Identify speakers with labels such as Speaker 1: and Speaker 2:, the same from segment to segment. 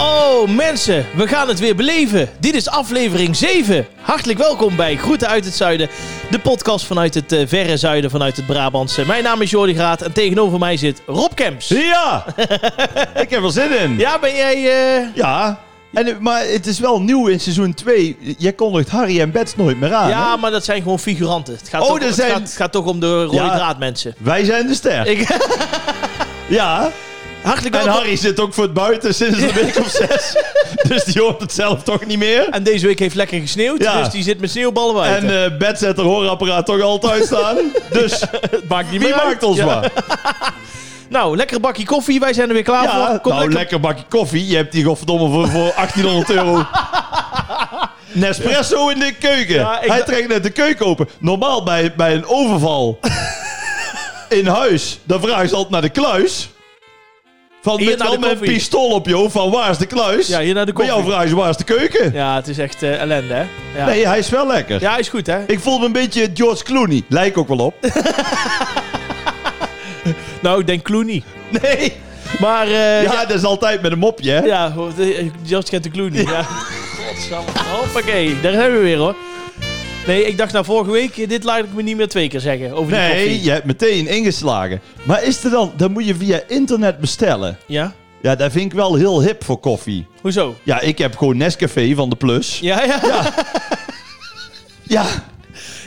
Speaker 1: Oh mensen, we gaan het weer beleven. Dit is aflevering 7. Hartelijk welkom bij Groeten uit het Zuiden. De podcast vanuit het eh, verre zuiden, vanuit het Brabantse. Mijn naam is Jordi Graat en tegenover mij zit Rob Kemps.
Speaker 2: Ja! ik heb er zin in.
Speaker 1: Ja, ben jij... eh,
Speaker 2: Ja. En, eh, maar het is wel nieuw in seizoen 2. Jij kondigt Harry en Bets nooit meer aan.
Speaker 1: Ja,
Speaker 2: hè?
Speaker 1: maar dat zijn gewoon figuranten. Het gaat,
Speaker 2: Oh,
Speaker 1: toch,
Speaker 2: dat
Speaker 1: het
Speaker 2: zijn-
Speaker 1: gaat, het gaat toch om de rode
Speaker 2: Ja.
Speaker 1: draad mensen.
Speaker 2: Wij zijn de ster.
Speaker 1: Ik,
Speaker 2: Ja.
Speaker 1: hartelijk
Speaker 2: En
Speaker 1: welkom.
Speaker 2: Harry zit ook voor het buiten sinds een week of zes. Dus die hoort het zelf toch niet meer.
Speaker 1: En deze week heeft lekker gesneeuwd,
Speaker 2: Ja.
Speaker 1: dus die zit met sneeuwballen buiten.
Speaker 2: En eh Bets zet haar hoorapparaat toch altijd staan. Dus
Speaker 1: het maakt niet
Speaker 2: wie
Speaker 1: uit.
Speaker 2: maakt ons
Speaker 1: Ja.
Speaker 2: maar?
Speaker 1: Nou, lekker bakje koffie. Wij zijn er weer klaar
Speaker 2: Ja,
Speaker 1: voor.
Speaker 2: nou,
Speaker 1: Kom
Speaker 2: lekker.
Speaker 1: lekker.
Speaker 2: bakje koffie. Je hebt die godverdomme voor, voor 1800 euro. Nespresso in de keuken.
Speaker 1: Ja, ik
Speaker 2: Hij
Speaker 1: da-
Speaker 2: trekt net de keuken open. Normaal bij, bij een overval in huis, dan vraag ze altijd naar de kluis. Van
Speaker 1: Hier
Speaker 2: met
Speaker 1: naar
Speaker 2: wel
Speaker 1: de
Speaker 2: met een
Speaker 1: koffie.
Speaker 2: pistool op je hoofd van waar is de kluis?
Speaker 1: Ja, hier naar de
Speaker 2: bij jou
Speaker 1: koffie.
Speaker 2: vraag je waar is de keuken?
Speaker 1: Ja, het is echt eh, ellende, hè? Ja.
Speaker 2: Nee, hij is wel lekker.
Speaker 1: ja, is goed, hè?
Speaker 2: Ik voel me een beetje George Clooney. Lijkt ook wel op.
Speaker 1: Nou, ik denk Clooney.
Speaker 2: Nee.
Speaker 1: Maar, eh,
Speaker 2: Ja,
Speaker 1: ja,
Speaker 2: dat is altijd met een mopje, hè?
Speaker 1: ja, hoor, de- Just kent de Clooney. Ja. Godsamme. Hoppakee, daar zijn we weer, hoor. Nee, ik dacht nou vorige week, eh, dit laat ik me niet meer twee keer zeggen over die
Speaker 2: Nee,
Speaker 1: koffie.
Speaker 2: je hebt meteen ingeslagen. Maar is er dan, dan moet je via internet bestellen.
Speaker 1: Ja?
Speaker 2: Ja, dat vind ik wel heel hip voor koffie.
Speaker 1: Hoezo?
Speaker 2: Ja, ik heb gewoon Nescafé van de Plus.
Speaker 1: Ja, ja. Ja,
Speaker 2: Ja.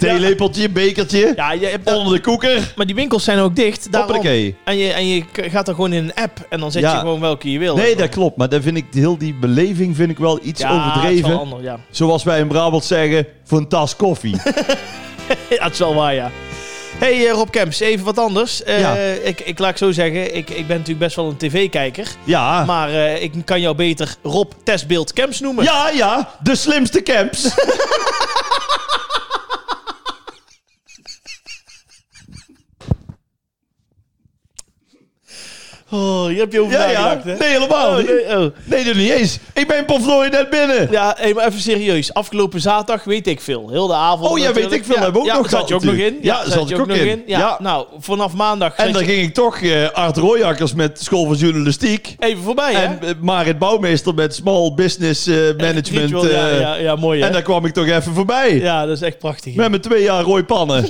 Speaker 2: Theelepeltje, bekertje,
Speaker 1: je hebt dat-
Speaker 2: onder de koeker.
Speaker 1: Maar die winkels zijn ook dicht. daarom.
Speaker 2: Hoppakee.
Speaker 1: En je, en je k- gaat er gewoon in een app en dan zet
Speaker 2: Ja.
Speaker 1: je gewoon welke je wil.
Speaker 2: Nee, dat klopt. Maar dan vind ik heel die beleving vind ik wel iets
Speaker 1: ja, Het is wel
Speaker 2: overdreven.
Speaker 1: ander, ja.
Speaker 2: Zoals wij in Brabant zeggen, voor een tas koffie.
Speaker 1: Ja, dat is wel waar, ja. Hey eh, Rob Kemps, even wat anders. Eh,
Speaker 2: Ja.
Speaker 1: ik, ik laat ik zo zeggen, ik, ik ben natuurlijk best wel een tv-kijker.
Speaker 2: Ja.
Speaker 1: Maar eh, ik kan jou beter Rob Testbeeld Kemps noemen.
Speaker 2: Ja, ja. De slimste camps.
Speaker 1: Oh, je hebt je over
Speaker 2: Ja, ja.
Speaker 1: nagedacht, hè?
Speaker 2: Nee, helemaal
Speaker 1: Oh,
Speaker 2: niet.
Speaker 1: nee, oh.
Speaker 2: Nee, doe niet eens. Ik ben Pavlooi net binnen.
Speaker 1: Ja, hey, maar even serieus. Afgelopen zaterdag weet ik veel. Heel de avond
Speaker 2: Oh, ja,
Speaker 1: natuurlijk.
Speaker 2: weet ik veel.
Speaker 1: Ja,
Speaker 2: Hebben we ook
Speaker 1: ja,
Speaker 2: nog
Speaker 1: zat je ook
Speaker 2: gehad
Speaker 1: nog in.
Speaker 2: natuurlijk. Ja, zat
Speaker 1: je
Speaker 2: ik ook in.
Speaker 1: Ja.
Speaker 2: Ja.
Speaker 1: Nou, vanaf maandag
Speaker 2: En
Speaker 1: zat
Speaker 2: dan
Speaker 1: je
Speaker 2: ging ik toch eh, Art Royakkers met School van Journalistiek.
Speaker 1: even voorbij, hè?
Speaker 2: En eh, Marit Bouwmeester met Small Business eh, Management.
Speaker 1: Ritual, ja,
Speaker 2: eh,
Speaker 1: ja, ja, mooi, hè?
Speaker 2: En daar kwam ik toch even voorbij.
Speaker 1: Ja, dat is echt prachtig. hè?
Speaker 2: Met mijn twee jaar rooipannen.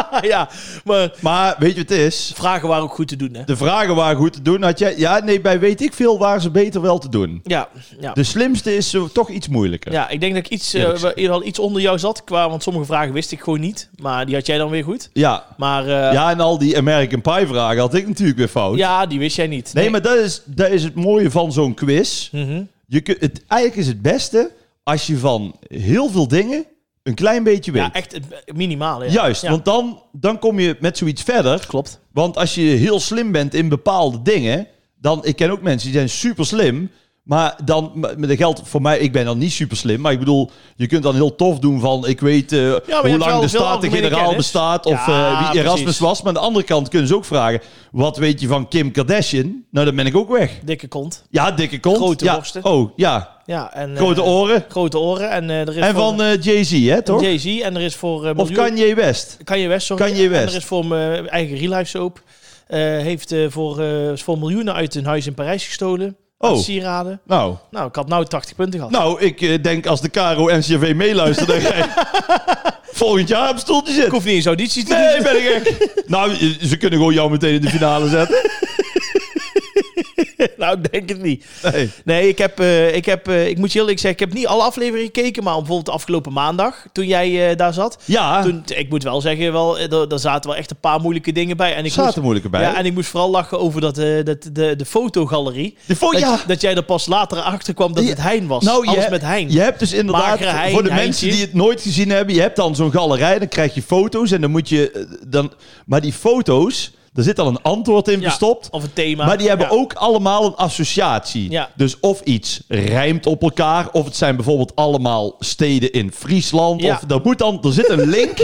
Speaker 1: ja, maar
Speaker 2: maar weet je wat het is?
Speaker 1: vragen waren ook goed te doen, hè?
Speaker 2: De vragen waren goed te doen. Had jij, ja, nee, bij weet ik veel waren ze beter wel te doen.
Speaker 1: Ja, ja.
Speaker 2: De slimste is zo toch iets moeilijker.
Speaker 1: Ja, ik denk dat ik iets, eh,
Speaker 2: Eerlijk
Speaker 1: wel- in ieder geval iets onder jou zat. Qua, want sommige vragen wist ik gewoon niet. Maar die had jij dan weer goed.
Speaker 2: Ja.
Speaker 1: Maar eh, ja.
Speaker 2: Ja, en al die American Pie vragen had ik natuurlijk weer fout.
Speaker 1: die wist jij niet.
Speaker 2: Nee, maar dat is, dat is het mooie van zo'n quiz.
Speaker 1: Mhm.
Speaker 2: Je kunt, het, eigenlijk is het beste als je van heel veel dingen een klein beetje weet.
Speaker 1: Ja, echt het minimaal. Ja.
Speaker 2: Juist,
Speaker 1: Ja,
Speaker 2: want dan, dan kom je met zoiets verder.
Speaker 1: Klopt.
Speaker 2: Want als je heel slim bent in bepaalde dingen, dan ik ken ook mensen die zijn super slim, maar dan maar dat geldt voor mij. Ik ben dan niet super slim, maar ik bedoel, je kunt dan heel tof doen van ik weet eh,
Speaker 1: hebt
Speaker 2: hoe lang
Speaker 1: wel
Speaker 2: de
Speaker 1: veel algemene
Speaker 2: Staten-generaal
Speaker 1: kennis.
Speaker 2: bestaat
Speaker 1: Ja,
Speaker 2: of eh, wie Erasmus
Speaker 1: precies.
Speaker 2: was. Maar aan de andere kant kunnen ze ook vragen: wat weet je van Kim Kardashian? Nou, dan ben ik ook weg.
Speaker 1: Dikke kont.
Speaker 2: Ja, dikke kont.
Speaker 1: Grote
Speaker 2: ja.
Speaker 1: borsten.
Speaker 2: Oh, ja.
Speaker 1: Ja, en, eh,
Speaker 2: Grote oren.
Speaker 1: grote oren. En, eh, er is
Speaker 2: En
Speaker 1: voor-
Speaker 2: van eh, Jay-Z, hè, toch?
Speaker 1: Jay-Z. En er is voor... eh,
Speaker 2: Of
Speaker 1: miljoen-
Speaker 2: Kanye West.
Speaker 1: Kanye West, sorry.
Speaker 2: Kanye
Speaker 1: En
Speaker 2: West.
Speaker 1: er is voor mijn eigen real life soap. Eh, heeft eh, voor, eh, is voor miljoenen uit hun huis in Parijs gestolen.
Speaker 2: Oh.
Speaker 1: Aan sieraden.
Speaker 2: Nou,
Speaker 1: Nou, ik had nou 80 punten gehad.
Speaker 2: Nou, ik eh, denk als de Caro NCV meeluistert, dan ga ik volgend jaar op stoeltje
Speaker 1: Ik
Speaker 2: zitten.
Speaker 1: hoef niet eens audities te
Speaker 2: Nee,
Speaker 1: doen.
Speaker 2: ben ik gek. Nou, je- ze kunnen gewoon jou meteen in de finale zetten.
Speaker 1: nou, ik denk het niet.
Speaker 2: Nee.
Speaker 1: Nee, ik, heb, eh, ik, heb, eh, ik moet je heel eerlijk zeggen, ik heb niet alle afleveringen gekeken, maar bijvoorbeeld de afgelopen maandag, toen jij eh, daar zat.
Speaker 2: Ja,
Speaker 1: Toen, ik moet wel zeggen, wel, eh, er, er zaten wel echt een paar moeilijke dingen bij. En ik
Speaker 2: er zaten
Speaker 1: moest,
Speaker 2: moeilijke bij.
Speaker 1: Ja, en ik moest vooral lachen over dat, eh, dat, de, de fotogalerie.
Speaker 2: de fo-
Speaker 1: dat,
Speaker 2: Oh, ja.
Speaker 1: dat jij er pas later achter kwam dat
Speaker 2: Ja.
Speaker 1: het Hein was.
Speaker 2: Nou,
Speaker 1: Alles
Speaker 2: je,
Speaker 1: met Hein.
Speaker 2: je hebt dus inderdaad,
Speaker 1: Magere Hein,
Speaker 2: voor de
Speaker 1: Heintje.
Speaker 2: mensen die het nooit gezien hebben, je hebt dan zo'n galerij, dan krijg je foto's en dan moet je, eh, dan, maar die foto's, daar zit al een antwoord in
Speaker 1: Ja,
Speaker 2: verstopt.
Speaker 1: Of een thema.
Speaker 2: Maar die hebben
Speaker 1: Ja.
Speaker 2: ook allemaal een associatie.
Speaker 1: Ja.
Speaker 2: Dus of iets rijmt op elkaar, of het zijn bijvoorbeeld allemaal steden in Friesland.
Speaker 1: Ja.
Speaker 2: Of dat moet dan, er zit een link.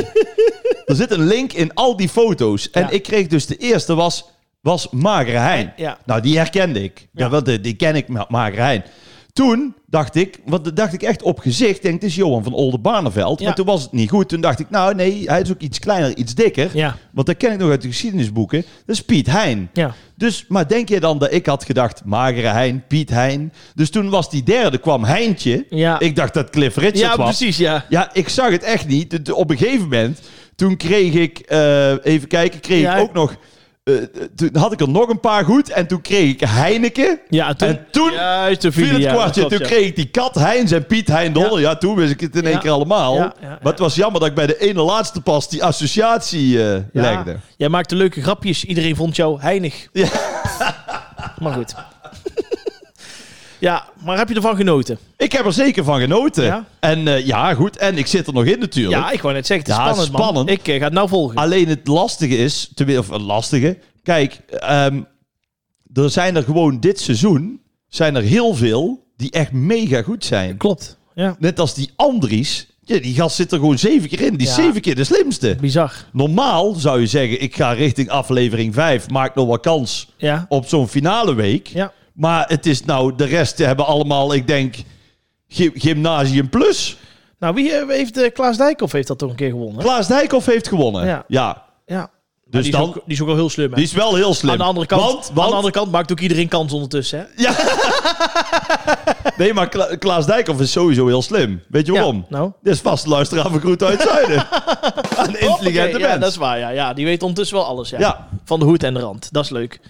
Speaker 2: er zit een link in al die foto's. En
Speaker 1: Ja.
Speaker 2: ik kreeg dus de eerste was, was Magere Hein.
Speaker 1: Ja.
Speaker 2: Nou, die herkende ik. Ja.
Speaker 1: Ja.
Speaker 2: wel, die, die ken ik, Ma- Magere Hein. Toen dacht ik, want dat dacht ik echt op gezicht, denk het is Johan van Oldenbarneveld.
Speaker 1: Ja.
Speaker 2: Maar toen was het niet goed. Toen dacht ik, nou nee, hij is ook iets kleiner, iets dikker.
Speaker 1: Ja,
Speaker 2: Want dat ken ik nog uit de geschiedenisboeken. Dat is Piet Hein.
Speaker 1: ja.
Speaker 2: Dus, maar denk je dan dat ik had gedacht, magere Hein, Piet Hein. Dus toen was die derde, kwam Heintje.
Speaker 1: Ja,
Speaker 2: Ik dacht dat Cliff Richard
Speaker 1: ja
Speaker 2: was.
Speaker 1: precies, ja.
Speaker 2: Ja, ik zag het echt niet. Het- Op een gegeven moment, toen kreeg ik, eh, even kijken, kreeg
Speaker 1: Ja.
Speaker 2: ik ook nog... eh, toen had ik er nog een paar goed en toen kreeg ik Heineken.
Speaker 1: Ja, en toen,
Speaker 2: En toen
Speaker 1: juist, toen viel
Speaker 2: Viel het
Speaker 1: hij, ja,
Speaker 2: kwartje,
Speaker 1: dat
Speaker 2: toen
Speaker 1: klopt, ja.
Speaker 2: kreeg ik die kat Heinz en Piet Hein Donner. Ja. toen wist ik het in één
Speaker 1: Ja.
Speaker 2: keer allemaal.
Speaker 1: Ja, ja, ja.
Speaker 2: Maar het was jammer dat ik bij de ene laatste pas die associatie eh, legde.
Speaker 1: Jij maakte leuke grapjes. Iedereen vond jou heinig.
Speaker 2: Ja.
Speaker 1: maar goed. ja, maar heb je ervan genoten?
Speaker 2: Ik heb er zeker van genoten.
Speaker 1: Ja.
Speaker 2: En eh, ja, goed. En ik zit er nog in natuurlijk.
Speaker 1: Ja, ik wou net zeggen. Het is
Speaker 2: Ja,
Speaker 1: spannend,
Speaker 2: spannend.
Speaker 1: man. Ik eh, ga het nou volgen.
Speaker 2: Alleen het lastige is, tenmin- of het lastige, kijk, ehm, er zijn er gewoon dit seizoen zijn er heel veel die echt mega goed zijn.
Speaker 1: Klopt. Ja.
Speaker 2: Net als die Andries. Ja, die gast zit er gewoon zeven keer in. Die is
Speaker 1: Ja.
Speaker 2: zeven keer de slimste.
Speaker 1: Bizar.
Speaker 2: Normaal zou je zeggen, ik ga richting aflevering 5, maak nog wel kans
Speaker 1: Ja.
Speaker 2: op zo'n finale week.
Speaker 1: Ja.
Speaker 2: Maar het is nou, de rest hebben allemaal, ik denk, gy- gymnasium plus.
Speaker 1: Nou, wie eh, heeft eh, Klaas Dijkhoff heeft dat toch een keer gewonnen?
Speaker 2: Klaas Dijkhoff heeft gewonnen.
Speaker 1: Ja. Ja. Maar
Speaker 2: Dus
Speaker 1: die,
Speaker 2: dan-
Speaker 1: is ook, die is ook wel heel slim. Hè?
Speaker 2: die is wel heel slim.
Speaker 1: aan, de andere kant,
Speaker 2: Want-
Speaker 1: aan de
Speaker 2: want-
Speaker 1: andere kant maakt ook iedereen kans ondertussen. Hè?
Speaker 2: Nee, maar Kla- Klaas Dijkhoff is sowieso heel slim. Weet je waarom?
Speaker 1: Ja, nou.
Speaker 2: Dit is vast luisteraar van Groet uit Zuiden. Een intelligente
Speaker 1: Hoppakee,
Speaker 2: mens.
Speaker 1: Ja, dat is waar. Ja, ja, die weet ondertussen wel alles. Ja.
Speaker 2: Ja.
Speaker 1: Van de hoed en de rand. Dat is leuk.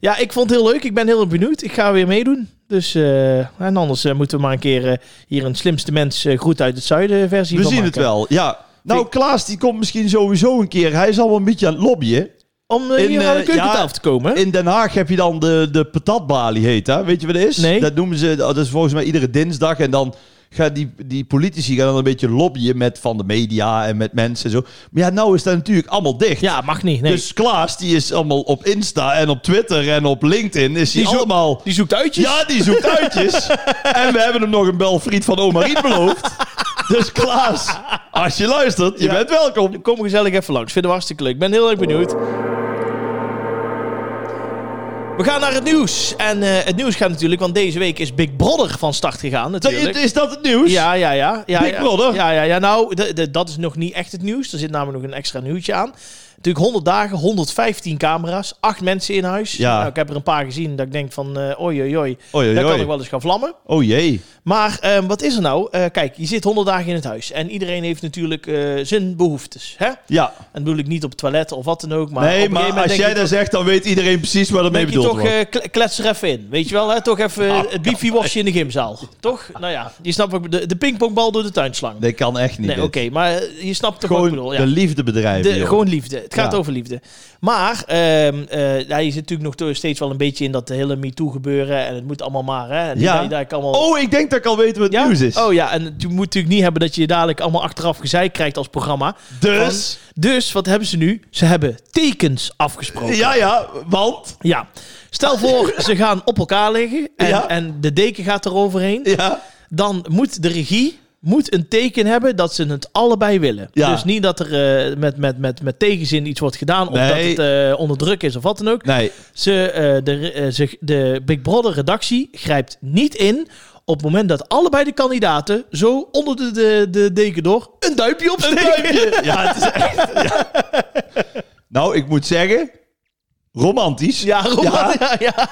Speaker 1: Ja, ik vond het heel leuk. Ik ben heel erg benieuwd. Ik ga weer meedoen. Dus, eh, en anders eh, moeten we maar een keer eh, hier een slimste mens eh, groet uit het zuiden versie
Speaker 2: We
Speaker 1: van
Speaker 2: zien het
Speaker 1: maken.
Speaker 2: wel, ja. Nou,
Speaker 1: Vind-
Speaker 2: Klaas die komt misschien sowieso een keer. Hij is al wel een beetje aan het lobbyen.
Speaker 1: Om eh,
Speaker 2: In,
Speaker 1: hier aan de
Speaker 2: eh,
Speaker 1: keukentafel
Speaker 2: ja,
Speaker 1: te komen. hè?
Speaker 2: In Den Haag heb je dan de, de patatbalie, heet dat. Weet je wat dat is?
Speaker 1: Nee.
Speaker 2: Dat noemen ze, dat is volgens mij iedere dinsdag. En dan gaan die, die politici gaan dan een beetje lobbyen met van de media en met mensen en zo. Maar ja, nou is dat natuurlijk allemaal dicht.
Speaker 1: ja, mag niet. Nee.
Speaker 2: Dus Klaas, die is allemaal op Insta en op Twitter en op LinkedIn, is
Speaker 1: Die
Speaker 2: hij
Speaker 1: zoekt-
Speaker 2: allemaal...
Speaker 1: die zoekt uitjes.
Speaker 2: Ja, die zoekt uitjes. en we hebben hem nog een belfriet van oma Riet beloofd. Dus Klaas, als je luistert, je
Speaker 1: Ja.
Speaker 2: bent welkom.
Speaker 1: Kom gezellig even langs. Vinden we hartstikke leuk. Ik ben heel erg benieuwd. We gaan naar het nieuws. En eh, het nieuws gaat natuurlijk, want deze week is Big Brother van start gegaan. Natuurlijk.
Speaker 2: Is dat het nieuws?
Speaker 1: Ja, ja, ja. ja
Speaker 2: Big
Speaker 1: ja,
Speaker 2: Brother.
Speaker 1: Ja, ja, ja. Nou, de- de- dat is nog niet echt het nieuws. Er zit namelijk nog een extra nieuwtje aan. Natuurlijk 100 dagen, 115 camera's, acht mensen in huis.
Speaker 2: Ja.
Speaker 1: Nou, ik heb er een paar gezien dat ik denk van, eh oei, oei, oei.
Speaker 2: Oei, oei,
Speaker 1: Dat kan
Speaker 2: oei.
Speaker 1: nog wel eens gaan vlammen.
Speaker 2: Oh jee.
Speaker 1: Maar ehm, wat is er nou? Eh, kijk, je zit 100 dagen in het huis. En iedereen heeft natuurlijk eh, zijn behoeftes. Hè? En
Speaker 2: Ja.
Speaker 1: dat bedoel ik niet op het toilet of wat dan ook. Maar op
Speaker 2: nee,
Speaker 1: een gegeven
Speaker 2: maar
Speaker 1: moment
Speaker 2: als
Speaker 1: denk
Speaker 2: jij
Speaker 1: je
Speaker 2: dat zegt, dan weet iedereen precies wat ermee
Speaker 1: Denk je
Speaker 2: bedoeld
Speaker 1: toch,
Speaker 2: wordt.
Speaker 1: eh, kle- klets er even in. Weet je wel, hè? toch even eh,
Speaker 2: Ah,
Speaker 1: het bifi wasje in de gymzaal. Toch? Nou ja, je snapt ook de, de pingpongbal door de tuinslang.
Speaker 2: dat kan echt niet.
Speaker 1: eh, Nee,
Speaker 2: dit.
Speaker 1: oké, maar eh, je snapt toch wat
Speaker 2: Gewoon
Speaker 1: ik bedoel.
Speaker 2: de
Speaker 1: Ja.
Speaker 2: liefde bedrijven.
Speaker 1: De,
Speaker 2: joh.
Speaker 1: gewoon liefde. Het gaat
Speaker 2: Ja.
Speaker 1: over liefde. Maar ehm eh ja, je zit natuurlijk nog to- steeds wel een beetje in dat hele MeToo gebeuren. En het moet allemaal maar. Hè? En
Speaker 2: Ja.
Speaker 1: dat je daar allemaal...
Speaker 2: Oh, ik denk dat ik al weet wat het
Speaker 1: ja?
Speaker 2: nieuws is.
Speaker 1: Oh ja, en je moet natuurlijk niet hebben dat je dadelijk allemaal achteraf gezeik krijgt als programma.
Speaker 2: dus,
Speaker 1: Dus wat hebben ze nu? Ze hebben tekens afgesproken.
Speaker 2: ja, ja, want,
Speaker 1: Ja. Stel voor, ze gaan op elkaar liggen en,
Speaker 2: Ja.
Speaker 1: en de deken gaat eroverheen.
Speaker 2: ja,
Speaker 1: dan moet de regie moet een teken hebben dat ze het allebei willen.
Speaker 2: Ja.
Speaker 1: Dus niet dat er eh, met, met, met, met tegenzin iets wordt gedaan... of dat
Speaker 2: Nee.
Speaker 1: het eh, onder druk is of wat dan ook.
Speaker 2: nee,
Speaker 1: Ze, eh, de, re- eh, ze, de Big Brother-redactie grijpt niet in... op het moment dat allebei de kandidaten... zo onder de, de, de deken door een duimpje opsteken.
Speaker 2: Ja, het is echt. ja. Nou, ik moet zeggen, romantisch.
Speaker 1: Ja, Roman, ja. ja, ja.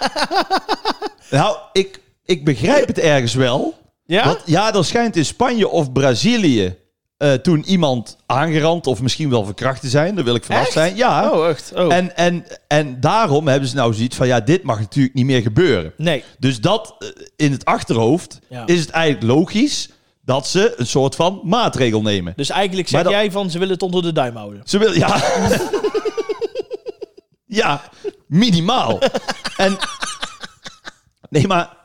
Speaker 2: Nou, ik, ik begrijp het ergens wel. Want ja, er schijnt in Spanje of Brazilië eh, toen iemand aangerand of misschien wel verkracht te zijn. Daar wil ik vanaf
Speaker 1: Echt?
Speaker 2: zijn. Ja.
Speaker 1: Oh, echt? Oh.
Speaker 2: En, en, en daarom hebben ze nou zoiets van, ja, dit mag natuurlijk niet meer gebeuren.
Speaker 1: nee.
Speaker 2: Dus dat eh, in het achterhoofd
Speaker 1: Ja.
Speaker 2: is het eigenlijk logisch dat ze een soort van maatregel nemen.
Speaker 1: Dus eigenlijk zeg
Speaker 2: Maar dat-
Speaker 1: jij van... ze willen het onder de duim houden.
Speaker 2: Ze wil, ja. ja, minimaal. en, nee, maar,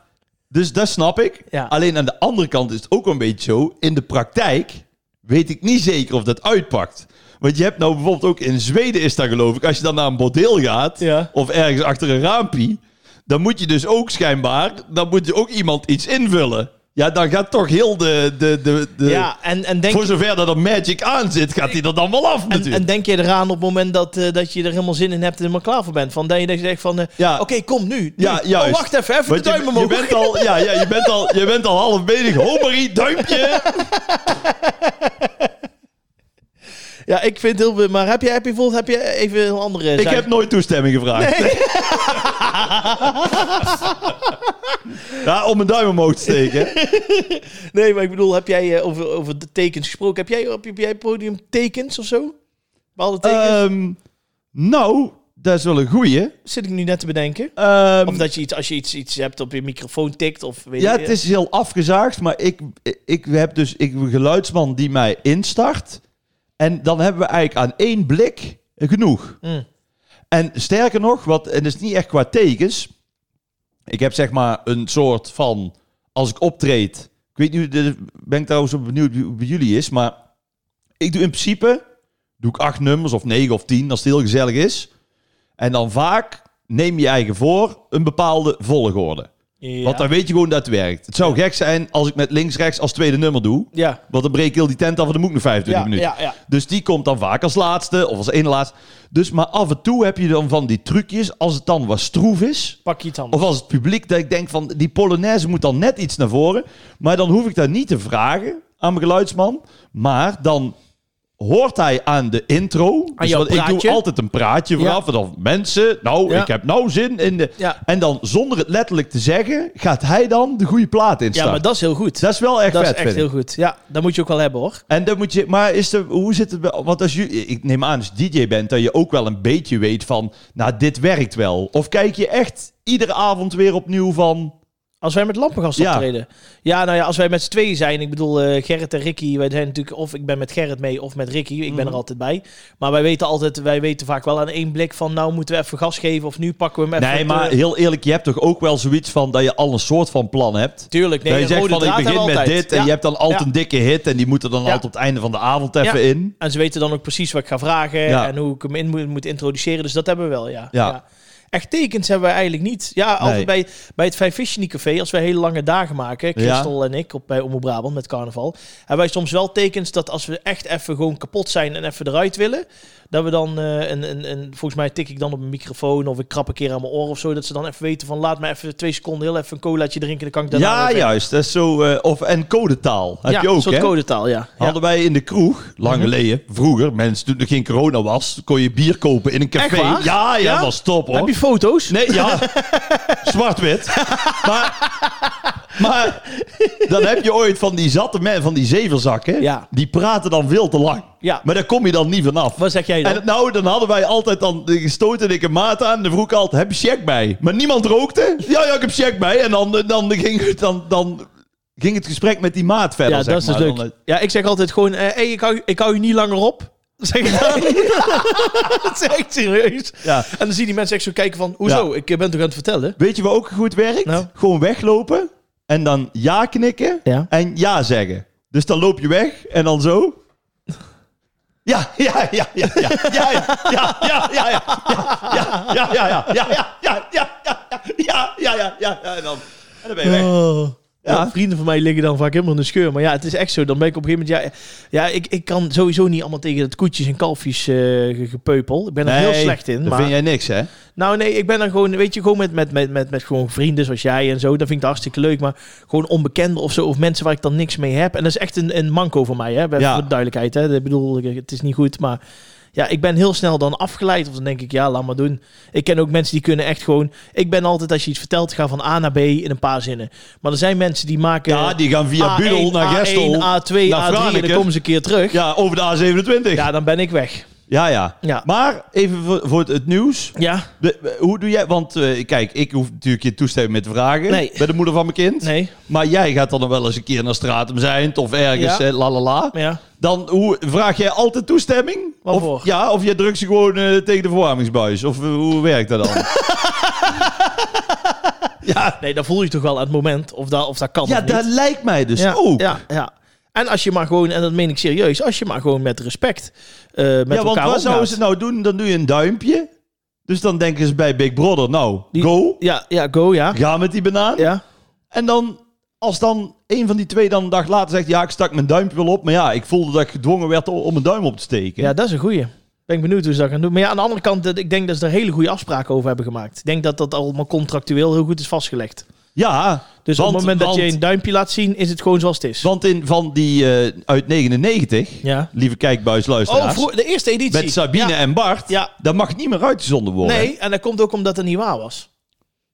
Speaker 2: dus dat snap ik.
Speaker 1: Ja.
Speaker 2: Alleen aan de andere kant is het ook wel een beetje zo. In de praktijk weet ik niet zeker of dat uitpakt. Want je hebt nou bijvoorbeeld ook in Zweden is dat geloof ik. Als je dan naar een bordeel gaat,
Speaker 1: Ja.
Speaker 2: of ergens achter een raampie, dan moet je dus ook schijnbaar, dan moet je ook iemand iets invullen. Ja, dan gaat toch heel de... de, de, de
Speaker 1: Ja, en, en denk
Speaker 2: Voor zover dat er magic aan zit, gaat hij er dan wel af
Speaker 1: En,
Speaker 2: natuurlijk.
Speaker 1: en denk je eraan op het moment dat, eh, dat je er helemaal zin in hebt en helemaal klaar voor bent? Van dat je dat je zegt van, eh,
Speaker 2: Ja.
Speaker 1: oké, kom nu. nu.
Speaker 2: Ja, juist.
Speaker 1: Oh, wacht even, even
Speaker 2: Want
Speaker 1: de duim
Speaker 2: je, je
Speaker 1: omhoog.
Speaker 2: bent al, ja, ja, je bent al, je bent al half bezig. Ho Marie, duimpje.
Speaker 1: Ja, ik vind heel veel. Maar heb je, heb je bijvoorbeeld heb je even een andere
Speaker 2: Ik
Speaker 1: zaak?
Speaker 2: heb nooit toestemming gevraagd. Ja, om een duim omhoog te steken.
Speaker 1: Nee, maar ik bedoel, heb jij eh, over, over de tekens gesproken? Heb jij op heb jij podium tekens of zo? Bepaalde tekens?
Speaker 2: Ehm, nou, dat is wel een goeie.
Speaker 1: Zit ik nu net te bedenken.
Speaker 2: Ehm,
Speaker 1: Of dat je iets, als je iets, iets hebt op je microfoon tikt of weet
Speaker 2: ja,
Speaker 1: ik-
Speaker 2: het is heel afgezaagd, maar ik, ik heb dus ik, heb een geluidsman die mij instart. En dan hebben we eigenlijk aan één blik genoeg.
Speaker 1: Mm.
Speaker 2: En sterker nog, wat, en dat is niet echt qua tekens. Ik heb zeg maar een soort van, als ik optreed. Ik weet niet, hoe dit- ben ik trouwens ook benieuwd hoe het bij jullie is. Maar ik doe in principe, doe ik acht nummers of negen of tien, als het heel gezellig is. En dan vaak neem je eigen voor een bepaalde volgorde.
Speaker 1: Ja.
Speaker 2: Want dan weet je gewoon dat het werkt. Het zou gek zijn als ik met links-rechts als tweede nummer doe.
Speaker 1: Ja.
Speaker 2: Want dan breek ik heel die tent af en dan moet ik nog 25
Speaker 1: Ja,
Speaker 2: minuten.
Speaker 1: ja, ja.
Speaker 2: Dus die komt dan vaak als laatste of als ene laatste. Dus maar af en toe heb je dan van die trucjes. Als het dan wat stroef is.
Speaker 1: Pak je iets anders.
Speaker 2: Of als het publiek dat ik denk van die Polonaise moet dan net iets naar voren. Maar dan hoef ik dat niet te vragen aan mijn geluidsman. Maar dan hoort hij aan de intro. Dus
Speaker 1: jouw
Speaker 2: want ik
Speaker 1: praatje.
Speaker 2: doe altijd een praatje vooraf. En dan mensen, nou
Speaker 1: Ja.
Speaker 2: ik heb nou zin in de...
Speaker 1: ja.
Speaker 2: En dan zonder het letterlijk te zeggen, gaat hij dan de goede plaat instarten.
Speaker 1: ja, maar dat is heel goed.
Speaker 2: dat is wel echt
Speaker 1: Dat is
Speaker 2: vet,
Speaker 1: echt
Speaker 2: vind ik.
Speaker 1: heel goed. Ja, dat moet je ook wel hebben hoor.
Speaker 2: En dan moet je, maar is de, hoe zit het? wel- Want als je, ik neem aan, als je DJ bent, dat je ook wel een beetje weet van, nou, dit werkt wel. Of kijk je echt iedere avond weer opnieuw van,
Speaker 1: Als wij met Lampengast
Speaker 2: Ja.
Speaker 1: optreden. Ja, nou ja, als wij met z'n tweeën zijn. Ik bedoel, eh, Gerrit en Ricky, wij zijn natuurlijk... Of ik ben met Gerrit mee of met Ricky. Ik ben
Speaker 2: Mhm.
Speaker 1: er altijd bij. Maar wij weten altijd... Wij weten vaak wel aan één blik van... Nou, moeten we even gas geven of nu pakken we hem even...
Speaker 2: nee, maar
Speaker 1: eh,
Speaker 2: heel eerlijk, je hebt toch ook wel zoiets van dat je al een soort van plan hebt.
Speaker 1: tuurlijk, nee,
Speaker 2: dat je
Speaker 1: een rode
Speaker 2: zegt van, ik
Speaker 1: draad
Speaker 2: begin
Speaker 1: hebben
Speaker 2: met
Speaker 1: we altijd.
Speaker 2: dit en
Speaker 1: Ja.
Speaker 2: je hebt dan altijd
Speaker 1: Ja.
Speaker 2: een dikke hit en die moet er dan
Speaker 1: Ja.
Speaker 2: altijd op het einde van de avond even in.
Speaker 1: En ze weten dan ook precies wat ik ga vragen
Speaker 2: Ja.
Speaker 1: en hoe ik hem in moet, moet introduceren. Dus dat hebben we wel, ja.
Speaker 2: Ja.
Speaker 1: Echt tekens hebben we eigenlijk niet. Ja, altijd
Speaker 2: Nee.
Speaker 1: bij, bij het Vijf Vishny Café, als wij hele lange dagen maken, Christel en ik op, bij Omroep Brabant met carnaval, hebben wij soms wel tekens dat als we echt even gewoon kapot zijn en even eruit willen, dat we dan, eh, een, een, een, volgens mij tik ik dan op mijn microfoon of ik krap een keer aan mijn oor of zo, dat ze dan even weten van laat me even twee seconden heel even een colaatje drinken, dan kan ik daarna
Speaker 2: Ja,
Speaker 1: weer verder.
Speaker 2: juist. Dat is zo, eh, of, en codetaal heb
Speaker 1: ja,
Speaker 2: je ook,
Speaker 1: een soort
Speaker 2: hè?
Speaker 1: codetaal, ja. ja. Mhm.
Speaker 2: Hadden wij in de kroeg, lang geleden, vroeger, mensen, toen er geen corona was, kon je bier kopen in een café.
Speaker 1: Echt waar?
Speaker 2: Ja, ja,
Speaker 1: Ja?
Speaker 2: dat was top hoor.
Speaker 1: Heb je foto's?
Speaker 2: Nee, ja. Zwart-wit. Maar, maar dan heb je ooit van die zatte men, van die zeverzakken,
Speaker 1: Ja.
Speaker 2: die praten dan veel te lang.
Speaker 1: Ja.
Speaker 2: Maar daar kom je dan niet vanaf.
Speaker 1: Wat zeg jij dan?
Speaker 2: En nou, dan hadden wij altijd dan gestoten ik een maat aan. De vroeg ik altijd, heb je check bij? Maar niemand rookte. Ja, ja, ik heb check bij. En dan, dan, ging, het- dan, dan ging het gesprek met die maat verder.
Speaker 1: Ja,
Speaker 2: zeg
Speaker 1: dat is dus
Speaker 2: maar.
Speaker 1: leuk.
Speaker 2: Dan, eh,
Speaker 1: Ja, ik zeg altijd gewoon, eh hey, ik, hou, ik hou je niet langer op. Zeg ik dan. dat is echt serieus.
Speaker 2: ja.
Speaker 1: En dan zie je die mensen echt zo kijken van, hoezo? Ik eh, ben toch aan het vertellen?
Speaker 2: Weet je wat ook goed werkt?
Speaker 1: Nou?
Speaker 2: Gewoon weglopen en dan ja knikken
Speaker 1: Ja.
Speaker 2: en ja zeggen. Dus dan loop je weg en dan zo. Ja, ja, ja, ja, ja, ja, ja, ja, ja, ja, ja, ja, ja, ja, ja, ja, ja, ja, ja, ja, ja, ja, ja, ja, ja, en dan, en dan ben je weg.
Speaker 1: Oh. Ja. vrienden van mij liggen dan vaak helemaal in de scheur. Maar ja, het is echt zo. Dan ben ik op een gegeven moment... Ja, ja ik, ik kan sowieso niet allemaal tegen dat koetjes en kalfjes eh, ge- gepeupel. Ik ben er heel slecht in.
Speaker 2: daar
Speaker 1: Maar...
Speaker 2: vind jij niks, hè?
Speaker 1: Nou nee, ik ben dan gewoon, weet je, gewoon met, met, met, met, met gewoon vrienden zoals jij en zo. Dat vind ik dat hartstikke leuk. Maar gewoon onbekenden of zo, of mensen waar ik dan niks mee heb. En dat is echt een, een manco voor mij, hè, bij-
Speaker 2: Ja.
Speaker 1: voor de duidelijkheid. Hè. Ik bedoel, ik- het is niet goed, maar ja, ik ben heel snel dan afgeleid. Of dan denk ik, ja, laat maar doen. Ik ken ook mensen die kunnen echt gewoon... Ik ben altijd, als je iets vertelt, ga van A naar B in een paar zinnen. Maar er zijn mensen die maken...
Speaker 2: Ja, die gaan via
Speaker 1: A1,
Speaker 2: Budel naar Gestel,
Speaker 1: A1, A2,
Speaker 2: naar
Speaker 1: A3 en dan
Speaker 2: Franeker.
Speaker 1: komen ze een keer terug. Ja,
Speaker 2: Ja, over de A27. Ja,
Speaker 1: dan ben ik weg.
Speaker 2: ja.
Speaker 1: Ja.
Speaker 2: Maar even voor, voor het- het nieuws.
Speaker 1: Ja,
Speaker 2: De- hoe doe jij? Want eh, kijk, ik hoef natuurlijk je toestemming met vragen
Speaker 1: Nee.
Speaker 2: bij de moeder van mijn kind.
Speaker 1: nee,
Speaker 2: Maar jij gaat dan wel eens een keer naar Stratum zijn of ergens,
Speaker 1: Ja.
Speaker 2: eh, la la la.
Speaker 1: ja.
Speaker 2: Dan hoe, vraag jij altijd toestemming?
Speaker 1: Waarvoor?
Speaker 2: Of, ja, of jij drukt ze gewoon eh, tegen de verwarmingsbuis? Of eh, hoe werkt dat dan? ja,
Speaker 1: Nee, dan voel je toch wel aan het moment of dat, of dat kan
Speaker 2: ja
Speaker 1: of niet.
Speaker 2: dat lijkt mij dus
Speaker 1: ja,
Speaker 2: ook.
Speaker 1: Ja, ja. En als je maar gewoon, en dat meen ik serieus, als je maar gewoon met respect eh met
Speaker 2: ja, want
Speaker 1: elkaar
Speaker 2: wat zouden
Speaker 1: omgaat.
Speaker 2: ze nou doen? Dan doe je een duimpje. Dus dan denken ze bij Big Brother, nou,
Speaker 1: Die-
Speaker 2: go.
Speaker 1: Ja, ja, go, ja.
Speaker 2: Ga met die banaan.
Speaker 1: Ja,
Speaker 2: En dan, Als dan een van die twee dan een dag later zegt, ja, ik stak mijn duimpje wel op. Maar ja, ik voelde dat ik gedwongen werd o- om mijn duim op te steken.
Speaker 1: Ja, dat is een goeie. Ben ik benieuwd hoe ze dat gaan doen. Maar ja, aan de andere kant, dat- ik denk dat ze er hele goede afspraken over hebben gemaakt. Ik denk dat dat allemaal contractueel heel goed is vastgelegd.
Speaker 2: Ja,
Speaker 1: Dus op
Speaker 2: Want-
Speaker 1: het moment dat
Speaker 2: want-
Speaker 1: je een duimpje laat zien, is het gewoon zoals het is.
Speaker 2: want in, van die eh, uit 99,
Speaker 1: Ja.
Speaker 2: lieve
Speaker 1: Oh,
Speaker 2: kijkbuisluisteraars,
Speaker 1: vroeg- de eerste editie.
Speaker 2: met Sabine
Speaker 1: Ja.
Speaker 2: en Oh, Bart,
Speaker 1: Ja.
Speaker 2: dat mag niet meer uitgezonden worden.
Speaker 1: Nee, en dat komt ook omdat het niet waar was.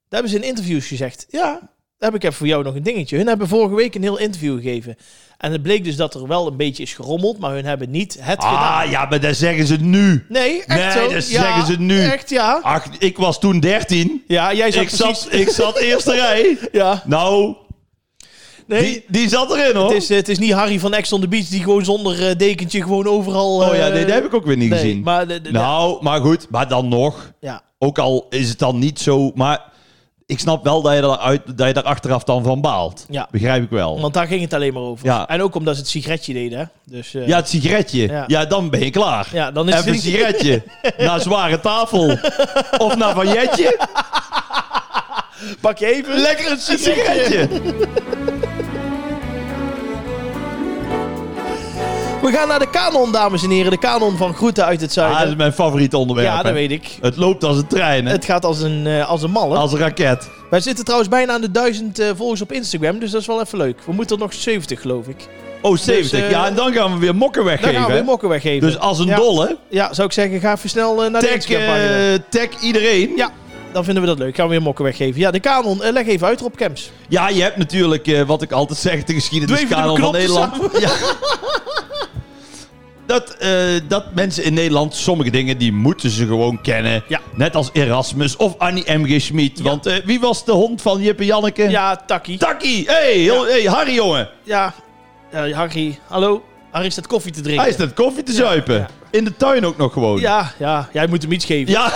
Speaker 1: Daar hebben ze in interviews gezegd. Ja, daar heb ik even voor jou nog een dingetje. Hun hebben vorige week een heel interview gegeven. En het bleek dus dat er wel een beetje is gerommeld, maar hun hebben niet het gedaan.
Speaker 2: Ah, ja, maar dat zeggen ze nu.
Speaker 1: Nee, echt
Speaker 2: Nee,
Speaker 1: zo.
Speaker 2: dat
Speaker 1: Ja,
Speaker 2: zeggen ze nu.
Speaker 1: Echt, ja.
Speaker 2: Ach, ik was toen 13.
Speaker 1: Ja, jij zat
Speaker 2: Ik
Speaker 1: precies...
Speaker 2: zat, ik zat eerste rij.
Speaker 1: Ja,
Speaker 2: Nou,
Speaker 1: nee.
Speaker 2: die, die zat erin hoor.
Speaker 1: Het is, het is niet Harry van Ex on the Beach die gewoon zonder eh, dekentje gewoon overal...
Speaker 2: oh ja,
Speaker 1: eh,
Speaker 2: nee, dat heb ik ook weer niet
Speaker 1: nee,
Speaker 2: gezien.
Speaker 1: maar... de- de-
Speaker 2: nou, maar goed, maar dan nog.
Speaker 1: Ja,
Speaker 2: Ook al is het dan niet zo, maar ik snap wel dat je daar, uit, dat je daar achteraf dan van baalt.
Speaker 1: Ja.
Speaker 2: Begrijp ik wel.
Speaker 1: want daar ging het alleen maar over.
Speaker 2: Ja.
Speaker 1: En ook omdat ze het sigaretje deden, hè. Dus, eh,
Speaker 2: ja, het sigaretje. Ja.
Speaker 1: Ja.
Speaker 2: dan ben je klaar.
Speaker 1: ja, dan is
Speaker 2: Even een
Speaker 1: het...
Speaker 2: sigaretje. naar zware tafel. of naar van Jetje.
Speaker 1: Pak je even... Lekker een
Speaker 2: Een sigaretje.
Speaker 1: We gaan naar de kanon, dames en heren. De kanon van groeten uit het
Speaker 2: Ah, dat is
Speaker 1: zuiden.
Speaker 2: mijn favoriete onderwerp.
Speaker 1: ja, dat
Speaker 2: hè.
Speaker 1: weet ik.
Speaker 2: Het loopt als een trein, hè?
Speaker 1: Het gaat als een, eh, als een malle.
Speaker 2: als een raket.
Speaker 1: Wij zitten trouwens bijna aan de duizend eh, volgers op Instagram, dus dat is wel even leuk. We moeten er nog 70, geloof ik.
Speaker 2: Oh, 70.
Speaker 1: eh,
Speaker 2: ja, en dan gaan we weer mokken
Speaker 1: Dan
Speaker 2: weggeven.
Speaker 1: gaan we
Speaker 2: hè.
Speaker 1: weer mokken weggeven.
Speaker 2: dus als een
Speaker 1: Ja.
Speaker 2: dolle,
Speaker 1: Ja, zou ik zeggen, ga even snel eh, naar de
Speaker 2: tag,
Speaker 1: Instagram-pagina.
Speaker 2: eh, tag iedereen.
Speaker 1: Ja, dan vinden we dat leuk. Gaan we weer mokken weggeven. Ja, de kanon. eh, leg even uit, Rob Kems.
Speaker 2: Ja, je hebt natuurlijk, eh, wat ik altijd zeg, de
Speaker 1: Doe even de
Speaker 2: geschiedeniskanon van
Speaker 1: knopjes
Speaker 2: Nederland. Ja. Dat, eh, dat mensen in Nederland sommige dingen, die moeten ze gewoon kennen.
Speaker 1: Ja.
Speaker 2: Net als Erasmus of Annie M.G. Schmid. Want eh, wie was de hond van Jip en Janneke?
Speaker 1: Ja, Takkie.
Speaker 2: Takkie! Hey, heel- hey, Harry jongen!
Speaker 1: Ja, Eh, Harry. Hallo. Harry staat koffie te drinken.
Speaker 2: Hij staat koffie te zuipen.
Speaker 1: eh, ja.
Speaker 2: In de tuin ook nog gewoon.
Speaker 1: Ja, ja, jij moet hem iets geven.
Speaker 2: Ja.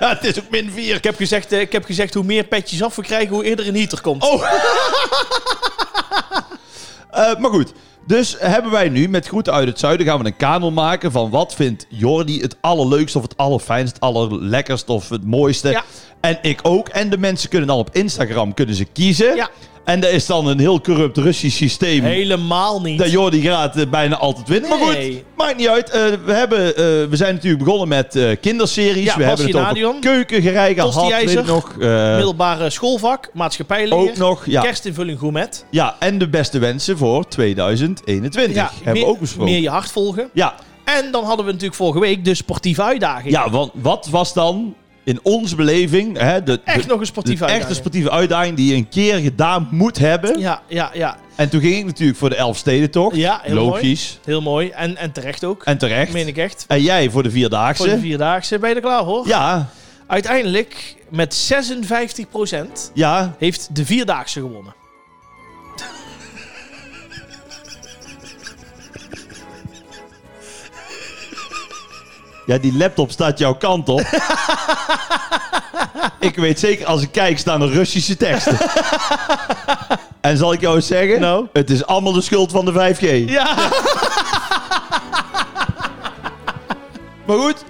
Speaker 2: Ja, het is ook min 4.
Speaker 1: Ik heb, gezegd, eh, ik heb gezegd, hoe meer petjes af we krijgen, hoe eerder een heater komt.
Speaker 2: Oh. Eh, maar goed, dus hebben wij nu met Groeten uit het Zuiden gaan we een kanon maken van wat vindt Jordi het allerleukste of het allerfijnst, het allerlekkerst of het mooiste.
Speaker 1: Ja.
Speaker 2: En ik ook. En de mensen kunnen dan op Instagram kunnen ze kiezen.
Speaker 1: Ja.
Speaker 2: En er is dan een heel corrupt Russisch systeem.
Speaker 1: Helemaal niet.
Speaker 2: Dat Jordi Graat eh, bijna altijd wint. Maar goed,
Speaker 1: Nee.
Speaker 2: maakt niet uit. Eh, we, hebben, eh, we zijn natuurlijk begonnen met eh, kinderseries.
Speaker 1: Ja,
Speaker 2: we hebben het
Speaker 1: Bassie
Speaker 2: over
Speaker 1: Nadion.
Speaker 2: keukengerijgen. Had
Speaker 1: Tosti-ijzer.
Speaker 2: weet ik nog. eh,
Speaker 1: Middelbare schoolvak, maatschappijleer,
Speaker 2: ook nog. Ja.
Speaker 1: kerstinvulling gourmet.
Speaker 2: Ja, en de beste wensen voor 2021. Hebben
Speaker 1: meer,
Speaker 2: we ook besproken.
Speaker 1: Meer je hart volgen.
Speaker 2: Ja,
Speaker 1: En dan hadden we natuurlijk vorige week de sportieve uitdaging.
Speaker 2: ja, want wat was dan in onze beleving hè, de, de,
Speaker 1: Echt nog een
Speaker 2: de
Speaker 1: sportieve
Speaker 2: echte
Speaker 1: uitdaging.
Speaker 2: sportieve uitdaging die je een keer gedaan moet hebben?
Speaker 1: ja, ja, ja.
Speaker 2: En toen ging ik natuurlijk voor de Elfstedentocht.
Speaker 1: Ja, heel
Speaker 2: Logisch.
Speaker 1: Heel mooi. En, en terecht ook.
Speaker 2: En terecht.
Speaker 1: meen ik echt.
Speaker 2: En jij voor de Vierdaagse.
Speaker 1: Voor de Vierdaagse ben je er klaar hoor.
Speaker 2: Ja,
Speaker 1: Uiteindelijk, met 56%
Speaker 2: ja.
Speaker 1: heeft de Vierdaagse gewonnen.
Speaker 2: Ja, die laptop staat jouw kant op. ik weet zeker, als ik kijk, staan er Russische teksten. en zal ik jou eens zeggen?
Speaker 1: Nou?
Speaker 2: Het is allemaal de schuld van de 5G.
Speaker 1: Ja,
Speaker 2: Maar goed,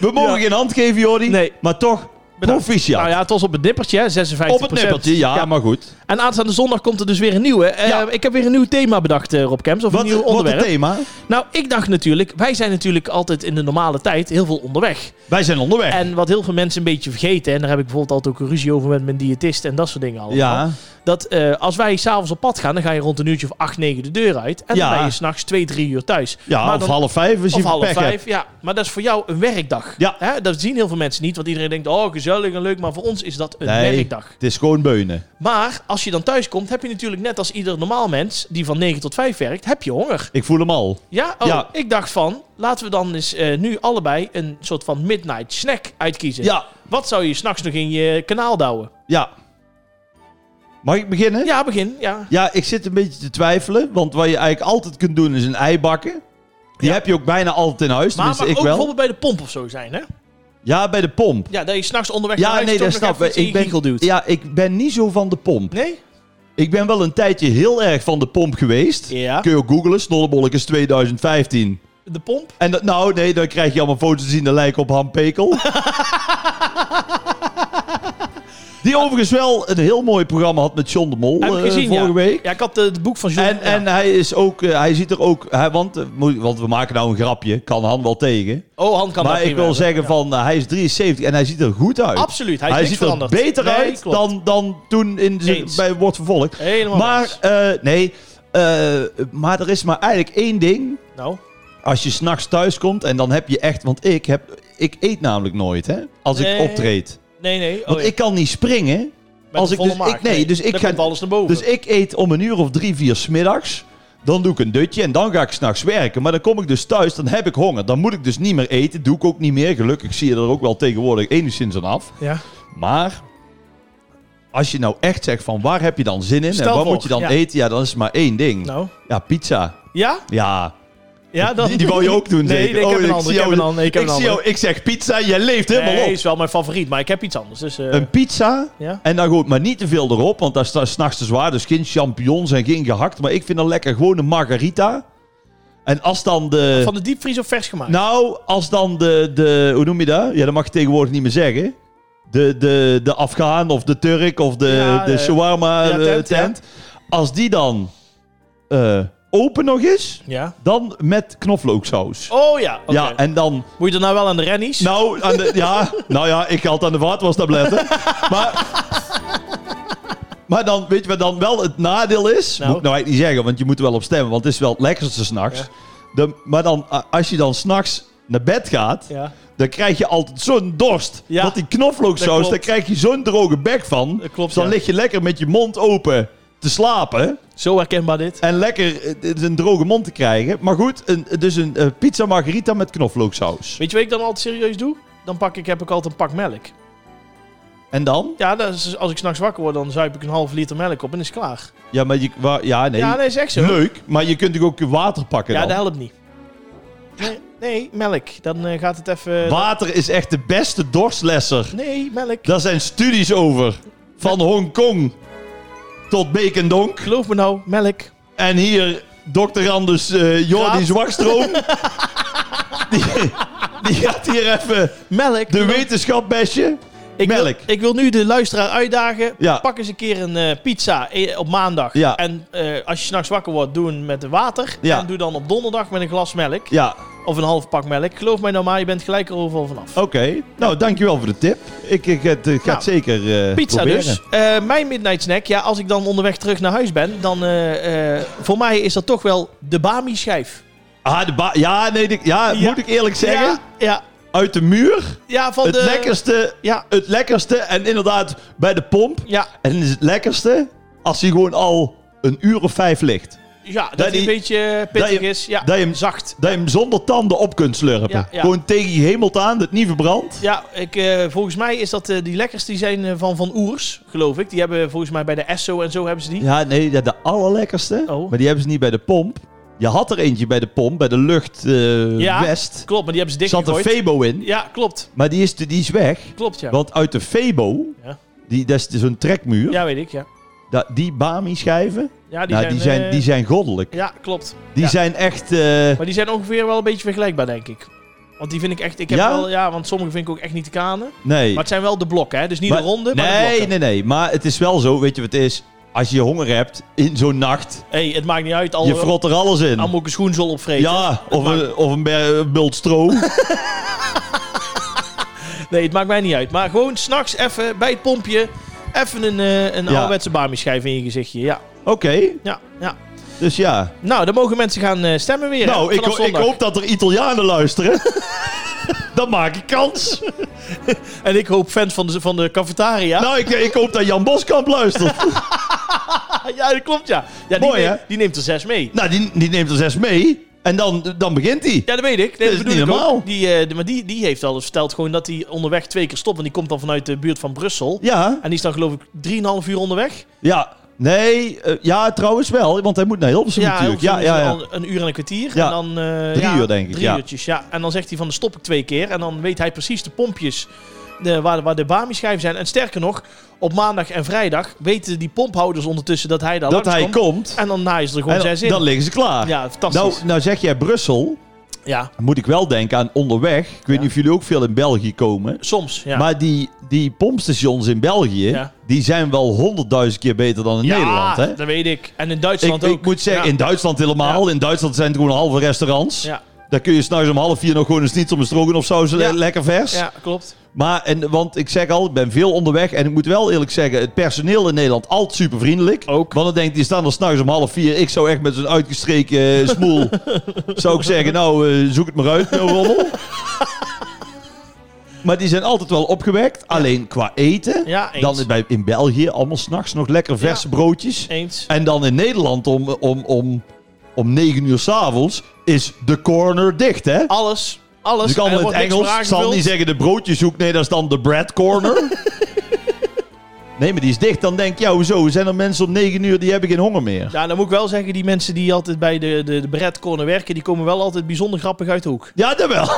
Speaker 2: we mogen
Speaker 1: Ja.
Speaker 2: geen hand geven, Jordi.
Speaker 1: Nee.
Speaker 2: Maar toch,
Speaker 1: Bedankt.
Speaker 2: proficiat.
Speaker 1: nou ja, het was op het nippertje, hè, 56%.
Speaker 2: Op het nippertje, ja, maar goed.
Speaker 1: En aanstaande zondag komt er dus weer een nieuwe. Eh,
Speaker 2: Ja.
Speaker 1: Ik heb weer een nieuw thema bedacht, eh, Rob Kems, of
Speaker 2: Wat,
Speaker 1: een nieuw
Speaker 2: wat het
Speaker 1: onderwerp.
Speaker 2: thema?
Speaker 1: nou, ik dacht natuurlijk, wij zijn natuurlijk altijd in de normale tijd heel veel onderweg.
Speaker 2: Wij zijn onderweg.
Speaker 1: En wat heel veel mensen een beetje vergeten, en daar heb ik bijvoorbeeld altijd ook een ruzie over met mijn diëtist en dat soort dingen allemaal.
Speaker 2: ja,
Speaker 1: Dat eh, als wij s'avonds op pad gaan, dan ga je rond een uurtje of acht, negen de deur uit. En
Speaker 2: Ja.
Speaker 1: dan ben je s'nachts twee, drie uur thuis.
Speaker 2: ja
Speaker 1: Maar
Speaker 2: of
Speaker 1: dan-
Speaker 2: half vijf als je
Speaker 1: Of half
Speaker 2: pech hebt.
Speaker 1: vijf, ja. Maar dat is voor jou een werkdag.
Speaker 2: Ja.
Speaker 1: Hè? Dat zien heel veel mensen niet, want iedereen denkt, oh gezellig en leuk, maar voor ons is dat een
Speaker 2: Nee.
Speaker 1: werkdag.
Speaker 2: Het is gewoon beunen.
Speaker 1: Maar als je dan thuis komt, heb je natuurlijk net als ieder normaal mens die van 9 tot 5 werkt, heb je honger.
Speaker 2: Ik voel hem al.
Speaker 1: Ja, oh,
Speaker 2: Ja.
Speaker 1: ik dacht van, laten we dan eens eh, nu allebei een soort van midnight snack uitkiezen.
Speaker 2: Ja,
Speaker 1: Wat zou je s'nachts nog in je kanaal douwen?
Speaker 2: ja. Mag ik beginnen?
Speaker 1: Ja, begin. Ja.
Speaker 2: Ja, ik zit een beetje te twijfelen. Want wat je eigenlijk altijd kunt doen is een ei bakken. Die
Speaker 1: Ja.
Speaker 2: heb je ook bijna altijd in huis.
Speaker 1: Maar,
Speaker 2: Tenminste,
Speaker 1: maar ook
Speaker 2: ik wel.
Speaker 1: bijvoorbeeld bij de pomp of zo zijn, hè?
Speaker 2: Ja, bij de pomp.
Speaker 1: Ja, dat je s'nachts onderweg naar
Speaker 2: Ja,
Speaker 1: huis
Speaker 2: nee,
Speaker 1: toch
Speaker 2: dat
Speaker 1: nog
Speaker 2: snap
Speaker 1: even
Speaker 2: ik.
Speaker 1: iets in je
Speaker 2: Ik ben,
Speaker 1: giegel duwt.
Speaker 2: ja, ik ben niet zo van de pomp.
Speaker 1: Nee?
Speaker 2: Ik ben wel een tijdje heel erg van de pomp geweest.
Speaker 1: Ja.
Speaker 2: Kun je ook googlen. Snollebollekes 2015.
Speaker 1: De pomp?
Speaker 2: En dat, nou, nee, dan krijg je allemaal foto's te zien. Dat lijken op Ham Pekel. Die overigens wel een heel mooi programma had met John de Mol
Speaker 1: Heb ik
Speaker 2: eh,
Speaker 1: gezien,
Speaker 2: vorige
Speaker 1: ja.
Speaker 2: week.
Speaker 1: Ja, ik had eh, het boek van John.
Speaker 2: En,
Speaker 1: ja.
Speaker 2: en hij is ook, eh, hij ziet er ook, hij, want, eh, moet- want we maken nou een grapje, kan Han wel tegen.
Speaker 1: oh, Han kan dat
Speaker 2: maar ik
Speaker 1: prima
Speaker 2: wil
Speaker 1: hebben.
Speaker 2: zeggen van, eh, hij is 73 en hij ziet er goed uit.
Speaker 1: Absoluut, hij is niks
Speaker 2: ziet er
Speaker 1: veranderd.
Speaker 2: beter
Speaker 1: Nee,
Speaker 2: uit
Speaker 1: klopt.
Speaker 2: dan, dan toen in de-
Speaker 1: Eens.
Speaker 2: bij Wordt Vervolgd.
Speaker 1: Helemaal
Speaker 2: Maar,
Speaker 1: niks.
Speaker 2: eh, nee, eh, maar er is maar eigenlijk één ding.
Speaker 1: Nou,
Speaker 2: Als je s'nachts thuis komt en dan heb je echt, want ik heb, ik eet namelijk nooit hè, als
Speaker 1: Nee.
Speaker 2: ik optreed.
Speaker 1: nee, nee. Oh,
Speaker 2: Want
Speaker 1: ja.
Speaker 2: ik kan niet springen.
Speaker 1: Met
Speaker 2: als
Speaker 1: een
Speaker 2: ik
Speaker 1: volle
Speaker 2: dus-
Speaker 1: maag.
Speaker 2: ik- nee, dus ik
Speaker 1: dan
Speaker 2: ga-
Speaker 1: komt alles naar boven.
Speaker 2: Dus ik eet om een uur of drie, vier smiddags. Dan doe ik een dutje en dan ga ik s'nachts werken. Maar dan kom ik dus thuis, dan heb ik honger. Dan moet ik dus niet meer eten. Doe ik ook niet meer. Gelukkig zie je er ook wel tegenwoordig enigszins aan af.
Speaker 1: ja.
Speaker 2: Maar als je nou echt zegt van waar heb je dan zin in
Speaker 1: Stel
Speaker 2: en wat
Speaker 1: voor,
Speaker 2: moet je dan
Speaker 1: ja.
Speaker 2: eten? Ja, dan is het maar één ding.
Speaker 1: Nou.
Speaker 2: Ja, pizza.
Speaker 1: Ja?
Speaker 2: Ja,
Speaker 1: Ja, dan...
Speaker 2: die, die wou je ook doen
Speaker 1: Nee,
Speaker 2: zeker? Oh,
Speaker 1: nee, ik heb een
Speaker 2: ik
Speaker 1: ander,
Speaker 2: zie
Speaker 1: ik heb
Speaker 2: jou-
Speaker 1: een ander, ik heb een
Speaker 2: zie jou-
Speaker 1: ander.
Speaker 2: ik zeg pizza, jij leeft helemaal
Speaker 1: Nee,
Speaker 2: op.
Speaker 1: is wel mijn favoriet, maar ik heb iets anders. Dus, eh,
Speaker 2: Een pizza
Speaker 1: ja?
Speaker 2: en dan goed, maar niet te veel erop, want daar staat s'nachts te zwaar. Dus geen champignons en geen gehakt. Maar ik vind dan lekker gewoon een margarita. En als dan de...
Speaker 1: Van de diepvries of vers gemaakt?
Speaker 2: Nou, als dan de, de... Hoe noem je dat? Ja, dat mag je tegenwoordig niet meer zeggen. De, de, de Afghaan of de Turk of de,
Speaker 1: Ja,
Speaker 2: de
Speaker 1: eh,
Speaker 2: shawarma
Speaker 1: ja,
Speaker 2: eh,
Speaker 1: tent,
Speaker 2: tent.
Speaker 1: ja.
Speaker 2: Als die dan eh, open nog is,
Speaker 1: ja.
Speaker 2: dan met knoflooksaus.
Speaker 1: Oh ja, oké.
Speaker 2: Ja, en dan...
Speaker 1: Moet je er nou wel aan de rennies?
Speaker 2: Nou, aan de, ja, nou ja, ik ga altijd aan de vaatwastabletten. Maar, maar dan, weet je wat dan wel het nadeel is?
Speaker 1: Nou.
Speaker 2: Moet ik nou eigenlijk niet zeggen, want je moet er wel op stemmen. Want het is wel het lekkerste s'nachts.
Speaker 1: Ja.
Speaker 2: De- Maar dan, a- als je dan s'nachts naar bed gaat,
Speaker 1: Ja,
Speaker 2: dan krijg je altijd zo'n dorst.
Speaker 1: Ja.
Speaker 2: Want die
Speaker 1: Dat
Speaker 2: knoflooksaus,
Speaker 1: klopt.
Speaker 2: daar krijg je zo'n droge bek van.
Speaker 1: dat klopt.
Speaker 2: Dus dan
Speaker 1: ja.
Speaker 2: lig je lekker met je mond open te slapen.
Speaker 1: Zo herkenbaar dit.
Speaker 2: En lekker eh, d- een droge mond te krijgen. Maar goed, een, dus een eh, pizza margarita met knoflooksaus.
Speaker 1: Weet je wat ik dan altijd serieus doe? Dan pak ik, heb ik altijd een pak melk.
Speaker 2: En dan?
Speaker 1: Ja, dat is, als ik s'nachts wakker word, dan zuip ik een half liter melk op en is het klaar.
Speaker 2: Ja, maar je, wa- ja, nee.
Speaker 1: Ja, nee, is echt zo.
Speaker 2: Leuk, maar je kunt natuurlijk ook water pakken
Speaker 1: ja,
Speaker 2: dan.
Speaker 1: dat helpt niet. Nee, nee melk. Dan eh, gaat het even...
Speaker 2: Water is echt de beste dorstlesser.
Speaker 1: Nee, melk.
Speaker 2: Daar zijn studies over. Van Hongkong tot Bekendonk.
Speaker 1: Geloof me nou, melk.
Speaker 2: En hier doctorandus eh Jordi
Speaker 1: Graaf.
Speaker 2: Zwakstroom. die, die gaat hier even
Speaker 1: Melk.
Speaker 2: de wetenschap besje.
Speaker 1: ik
Speaker 2: melk.
Speaker 1: Wil, ik wil nu de luisteraar uitdagen.
Speaker 2: Ja.
Speaker 1: Pak eens een keer een eh, pizza eh, op maandag.
Speaker 2: Ja.
Speaker 1: En eh, als je s'nachts wakker wordt, doe een met water.
Speaker 2: Ja.
Speaker 1: En doe dan op donderdag met een glas melk.
Speaker 2: Ja,
Speaker 1: Of een half pak melk. Geloof mij nou maar, je bent gelijk er overal vanaf.
Speaker 2: oké. Nou, dankjewel voor de tip. Ik, ik, het, ik ga het zeker eh,
Speaker 1: Nou, Pizza
Speaker 2: proberen.
Speaker 1: dus. Eh, mijn midnight snack. Ja, als ik dan onderweg terug naar huis ben, dan eh, eh, voor mij is dat toch wel de Bami schijf.
Speaker 2: Ah, de ba- ja, nee, de- ja,
Speaker 1: Ja.
Speaker 2: moet ik eerlijk zeggen.
Speaker 1: Ja, ja,
Speaker 2: Uit de muur.
Speaker 1: ja, van
Speaker 2: het
Speaker 1: de.
Speaker 2: lekkerste
Speaker 1: Ja,
Speaker 2: het lekkerste. En inderdaad, bij de pomp.
Speaker 1: ja,
Speaker 2: En is het lekkerste als hij gewoon al een uur of vijf ligt.
Speaker 1: ja. Dat,
Speaker 2: Dat
Speaker 1: die een
Speaker 2: die-
Speaker 1: beetje pittig
Speaker 2: dat je-
Speaker 1: is. Ja,
Speaker 2: dat je hem-
Speaker 1: zacht.
Speaker 2: Dat je hem zonder tanden op kunt slurpen.
Speaker 1: Ja, ja.
Speaker 2: Gewoon tegen je hemelt aan, dat het niet verbrandt.
Speaker 1: Ja, ik, eh, volgens mij is dat eh, die lekkerste die zijn eh, van Van Oers, geloof ik. Die hebben volgens mij bij de Esso en zo hebben ze die.
Speaker 2: Ja, nee, ja, de allerlekkerste.
Speaker 1: Oh.
Speaker 2: Maar die hebben ze niet bij de pomp. Je had er eentje bij de pomp, bij de lucht eh,
Speaker 1: Ja,
Speaker 2: west.
Speaker 1: Klopt, maar die hebben ze
Speaker 2: Zat een
Speaker 1: dichtgegooid.
Speaker 2: Febo in.
Speaker 1: Ja, klopt.
Speaker 2: Maar die is, te- die is weg.
Speaker 1: Klopt, ja.
Speaker 2: Want uit de Febo,
Speaker 1: Ja.
Speaker 2: die, dat is zo'n trekmuur,
Speaker 1: Ja, weet ik, ja.
Speaker 2: da- die Bami-schijven,
Speaker 1: Ja, die
Speaker 2: die, nou, die, zijn,
Speaker 1: eh,
Speaker 2: die zijn goddelijk.
Speaker 1: Ja, klopt.
Speaker 2: Die
Speaker 1: Ja.
Speaker 2: zijn echt... eh,
Speaker 1: Maar die zijn ongeveer wel een beetje vergelijkbaar, denk ik. Want die vind ik echt... Ik heb
Speaker 2: Ja?
Speaker 1: Wel, ja, want sommige vind ik ook echt niet te kanen.
Speaker 2: nee.
Speaker 1: Maar het zijn wel de blokken, hè. Dus niet
Speaker 2: Maar-
Speaker 1: de ronde, maar de
Speaker 2: Nee,
Speaker 1: blokken.
Speaker 2: nee, nee. Maar het is wel zo, weet je wat het is? Als je honger hebt in zo'n nacht,
Speaker 1: hey, het maakt niet uit. Al,
Speaker 2: je frot er alles
Speaker 1: al
Speaker 2: in.
Speaker 1: moet ik een schoenzol opvreten.
Speaker 2: Ja, of
Speaker 1: maakt-
Speaker 2: een, of een ber- een bult stro.
Speaker 1: Nee, het maakt mij niet uit. Maar gewoon s'nachts even bij het pompje... Even een, eh, een
Speaker 2: Ja.
Speaker 1: ouderwetse Bami-schijf in je gezichtje. Ja,
Speaker 2: Oké,
Speaker 1: ja, ja.
Speaker 2: dus ja.
Speaker 1: Nou, dan mogen mensen gaan eh, stemmen weer. hè,
Speaker 2: nou, ik,
Speaker 1: vanaf
Speaker 2: ho- ik
Speaker 1: zondag.
Speaker 2: hoop dat er Italianen luisteren. Dan maak ik kans.
Speaker 1: En ik hoop fans van de, van de cafetaria.
Speaker 2: Nou, ik, ik hoop dat Jan Boskamp luistert.
Speaker 1: ja, dat klopt, ja. ja
Speaker 2: Mooi,
Speaker 1: die,
Speaker 2: hè?
Speaker 1: neemt, die neemt er zes mee.
Speaker 2: nou, die, die neemt er zes mee. En dan, dan begint hij.
Speaker 1: Ja, dat weet ik. Nee,
Speaker 2: Dat is
Speaker 1: bedoel
Speaker 2: niet
Speaker 1: ik ook.
Speaker 2: normaal.
Speaker 1: Die, eh, de- maar die, die heeft al eens verteld gewoon dat hij onderweg twee keer stopt. Want die komt dan vanuit de buurt van Brussel.
Speaker 2: Ja,
Speaker 1: En die is dan geloof ik 3,5 uur onderweg.
Speaker 2: ja. Nee, eh, ja, trouwens wel. Want hij moet naar Hilversum natuurlijk.
Speaker 1: Hilversum
Speaker 2: Ja, ja,
Speaker 1: is al
Speaker 2: ja.
Speaker 1: Een uur en een kwartier.
Speaker 2: Ja.
Speaker 1: En dan, eh,
Speaker 2: Drie
Speaker 1: ja,
Speaker 2: uur, denk ik,
Speaker 1: Drie
Speaker 2: ja.
Speaker 1: uurtjes, ja. En dan zegt hij van, dan stop ik twee keer. En dan weet hij precies de pompjes de, waar, waar de Bami-schijven zijn. En sterker nog, op maandag en vrijdag weten die pomphouders ondertussen dat hij daar
Speaker 2: Dat hij
Speaker 1: langskomt.
Speaker 2: komt.
Speaker 1: En dan naaien ze er gewoon
Speaker 2: En Nou,
Speaker 1: zes in.
Speaker 2: dan liggen ze klaar.
Speaker 1: ja, fantastisch.
Speaker 2: Nou, nou zeg jij Brussel.
Speaker 1: Ja,
Speaker 2: moet ik wel denken aan onderweg. Ik weet
Speaker 1: Ja.
Speaker 2: niet of jullie ook veel in België komen.
Speaker 1: soms. Ja.
Speaker 2: Maar die, die pompstations in België,
Speaker 1: Ja.
Speaker 2: die zijn wel honderdduizend keer beter dan in
Speaker 1: ja,
Speaker 2: Nederland. Hè?
Speaker 1: dat weet ik. En in
Speaker 2: Ik,
Speaker 1: Duitsland ook.
Speaker 2: ik moet zeggen,
Speaker 1: Ja.
Speaker 2: in Duitsland helemaal. In Duitsland zijn het gewoon halve restaurants.
Speaker 1: Ja.
Speaker 2: Daar kun je s'nachts om half vier nog gewoon een schnitzel met stroken of saus le-
Speaker 1: Ja.
Speaker 2: lekker vers.
Speaker 1: ja, klopt.
Speaker 2: Maar, en, want ik zeg al, ik ben veel onderweg. En ik moet wel eerlijk zeggen, het personeel in Nederland altijd super vriendelijk.
Speaker 1: Ook.
Speaker 2: Want dan denk ik, die staan er s'nachts om half vier. Ik zou echt met zo'n uitgestreken eh, smoel... zou ik zeggen, nou, eh, zoek het maar uit, nou rommel. maar die zijn altijd wel opgewekt. Alleen qua eten.
Speaker 1: Ja, eens.
Speaker 2: dan bij, in België allemaal s'nachts nog lekker verse broodjes.
Speaker 1: Eens.
Speaker 2: En dan in Nederland om, om, om, om 9 uur s'avonds is de corner dicht, hè?
Speaker 1: Alles. Alles.
Speaker 2: Dus ik kan
Speaker 1: En er
Speaker 2: in
Speaker 1: wordt niks
Speaker 2: het Engels.
Speaker 1: voor
Speaker 2: Ik zal
Speaker 1: aangevuld.
Speaker 2: niet zeggen de broodjeshoek. Nee, dat is dan de bread corner. nee, maar die is dicht. Dan denk je, ja, hoezo? Zijn er mensen om 9 uur die hebben geen honger meer?
Speaker 1: Ja, dan moet ik wel zeggen, die mensen die altijd bij de, de, de breadcorner werken, die komen wel altijd bijzonder grappig uit de hoek.
Speaker 2: Ja, dat wel.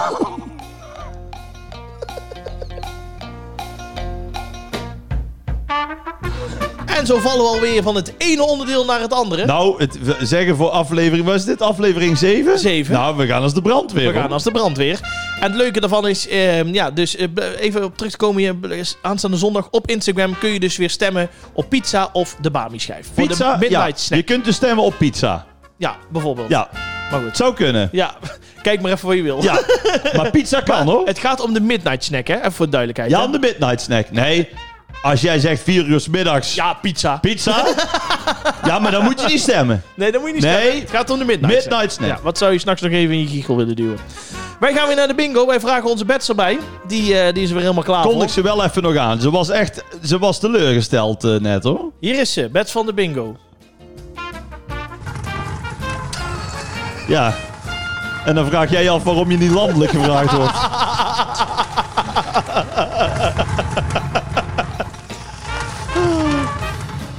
Speaker 1: En zo vallen we alweer van het ene onderdeel naar het andere.
Speaker 2: Nou, het we zeggen voor aflevering... Was dit aflevering 7?
Speaker 1: Zeven.
Speaker 2: Nou, we gaan als de brandweer.
Speaker 1: we gaan
Speaker 2: hoor.
Speaker 1: als de brandweer. En het leuke daarvan is, ehm, ja, dus eh, b- even op terug te komen hier, eh, aanstaande zondag op Instagram kun je dus weer stemmen op pizza of de Bami-schijf.
Speaker 2: Pizza?
Speaker 1: Voor de midnight
Speaker 2: ja.
Speaker 1: snack.
Speaker 2: Je kunt dus stemmen op pizza.
Speaker 1: Ja, bijvoorbeeld.
Speaker 2: Ja,
Speaker 1: Maar goed.
Speaker 2: zou kunnen.
Speaker 1: Ja, kijk maar even wat je wil.
Speaker 2: Ja, maar pizza kan hoor.
Speaker 1: Het gaat om de midnight snack, hè? Even voor de duidelijkheid.
Speaker 2: Ja,
Speaker 1: hè?
Speaker 2: om de midnight snack. Nee, als jij zegt 4 uur 's middags
Speaker 1: ja, pizza.
Speaker 2: pizza... ja, maar dan moet je niet stemmen.
Speaker 1: Nee, dat moet je niet
Speaker 2: Nee.
Speaker 1: zeggen. Het gaat om de midnight,
Speaker 2: Midnight snack.
Speaker 1: Ja, wat zou je s'nachts nog even in je giegel willen duwen? Wij gaan weer naar de bingo. Wij vragen onze bets erbij. Die, eh, die is weer helemaal klaar
Speaker 2: Kon
Speaker 1: voor.
Speaker 2: ik ze wel even nog aan. Ze was echt ze was teleurgesteld eh, net hoor.
Speaker 1: Hier is ze, bets van de bingo.
Speaker 2: Ja. En dan vraag jij je af waarom je niet landelijk gevraagd wordt.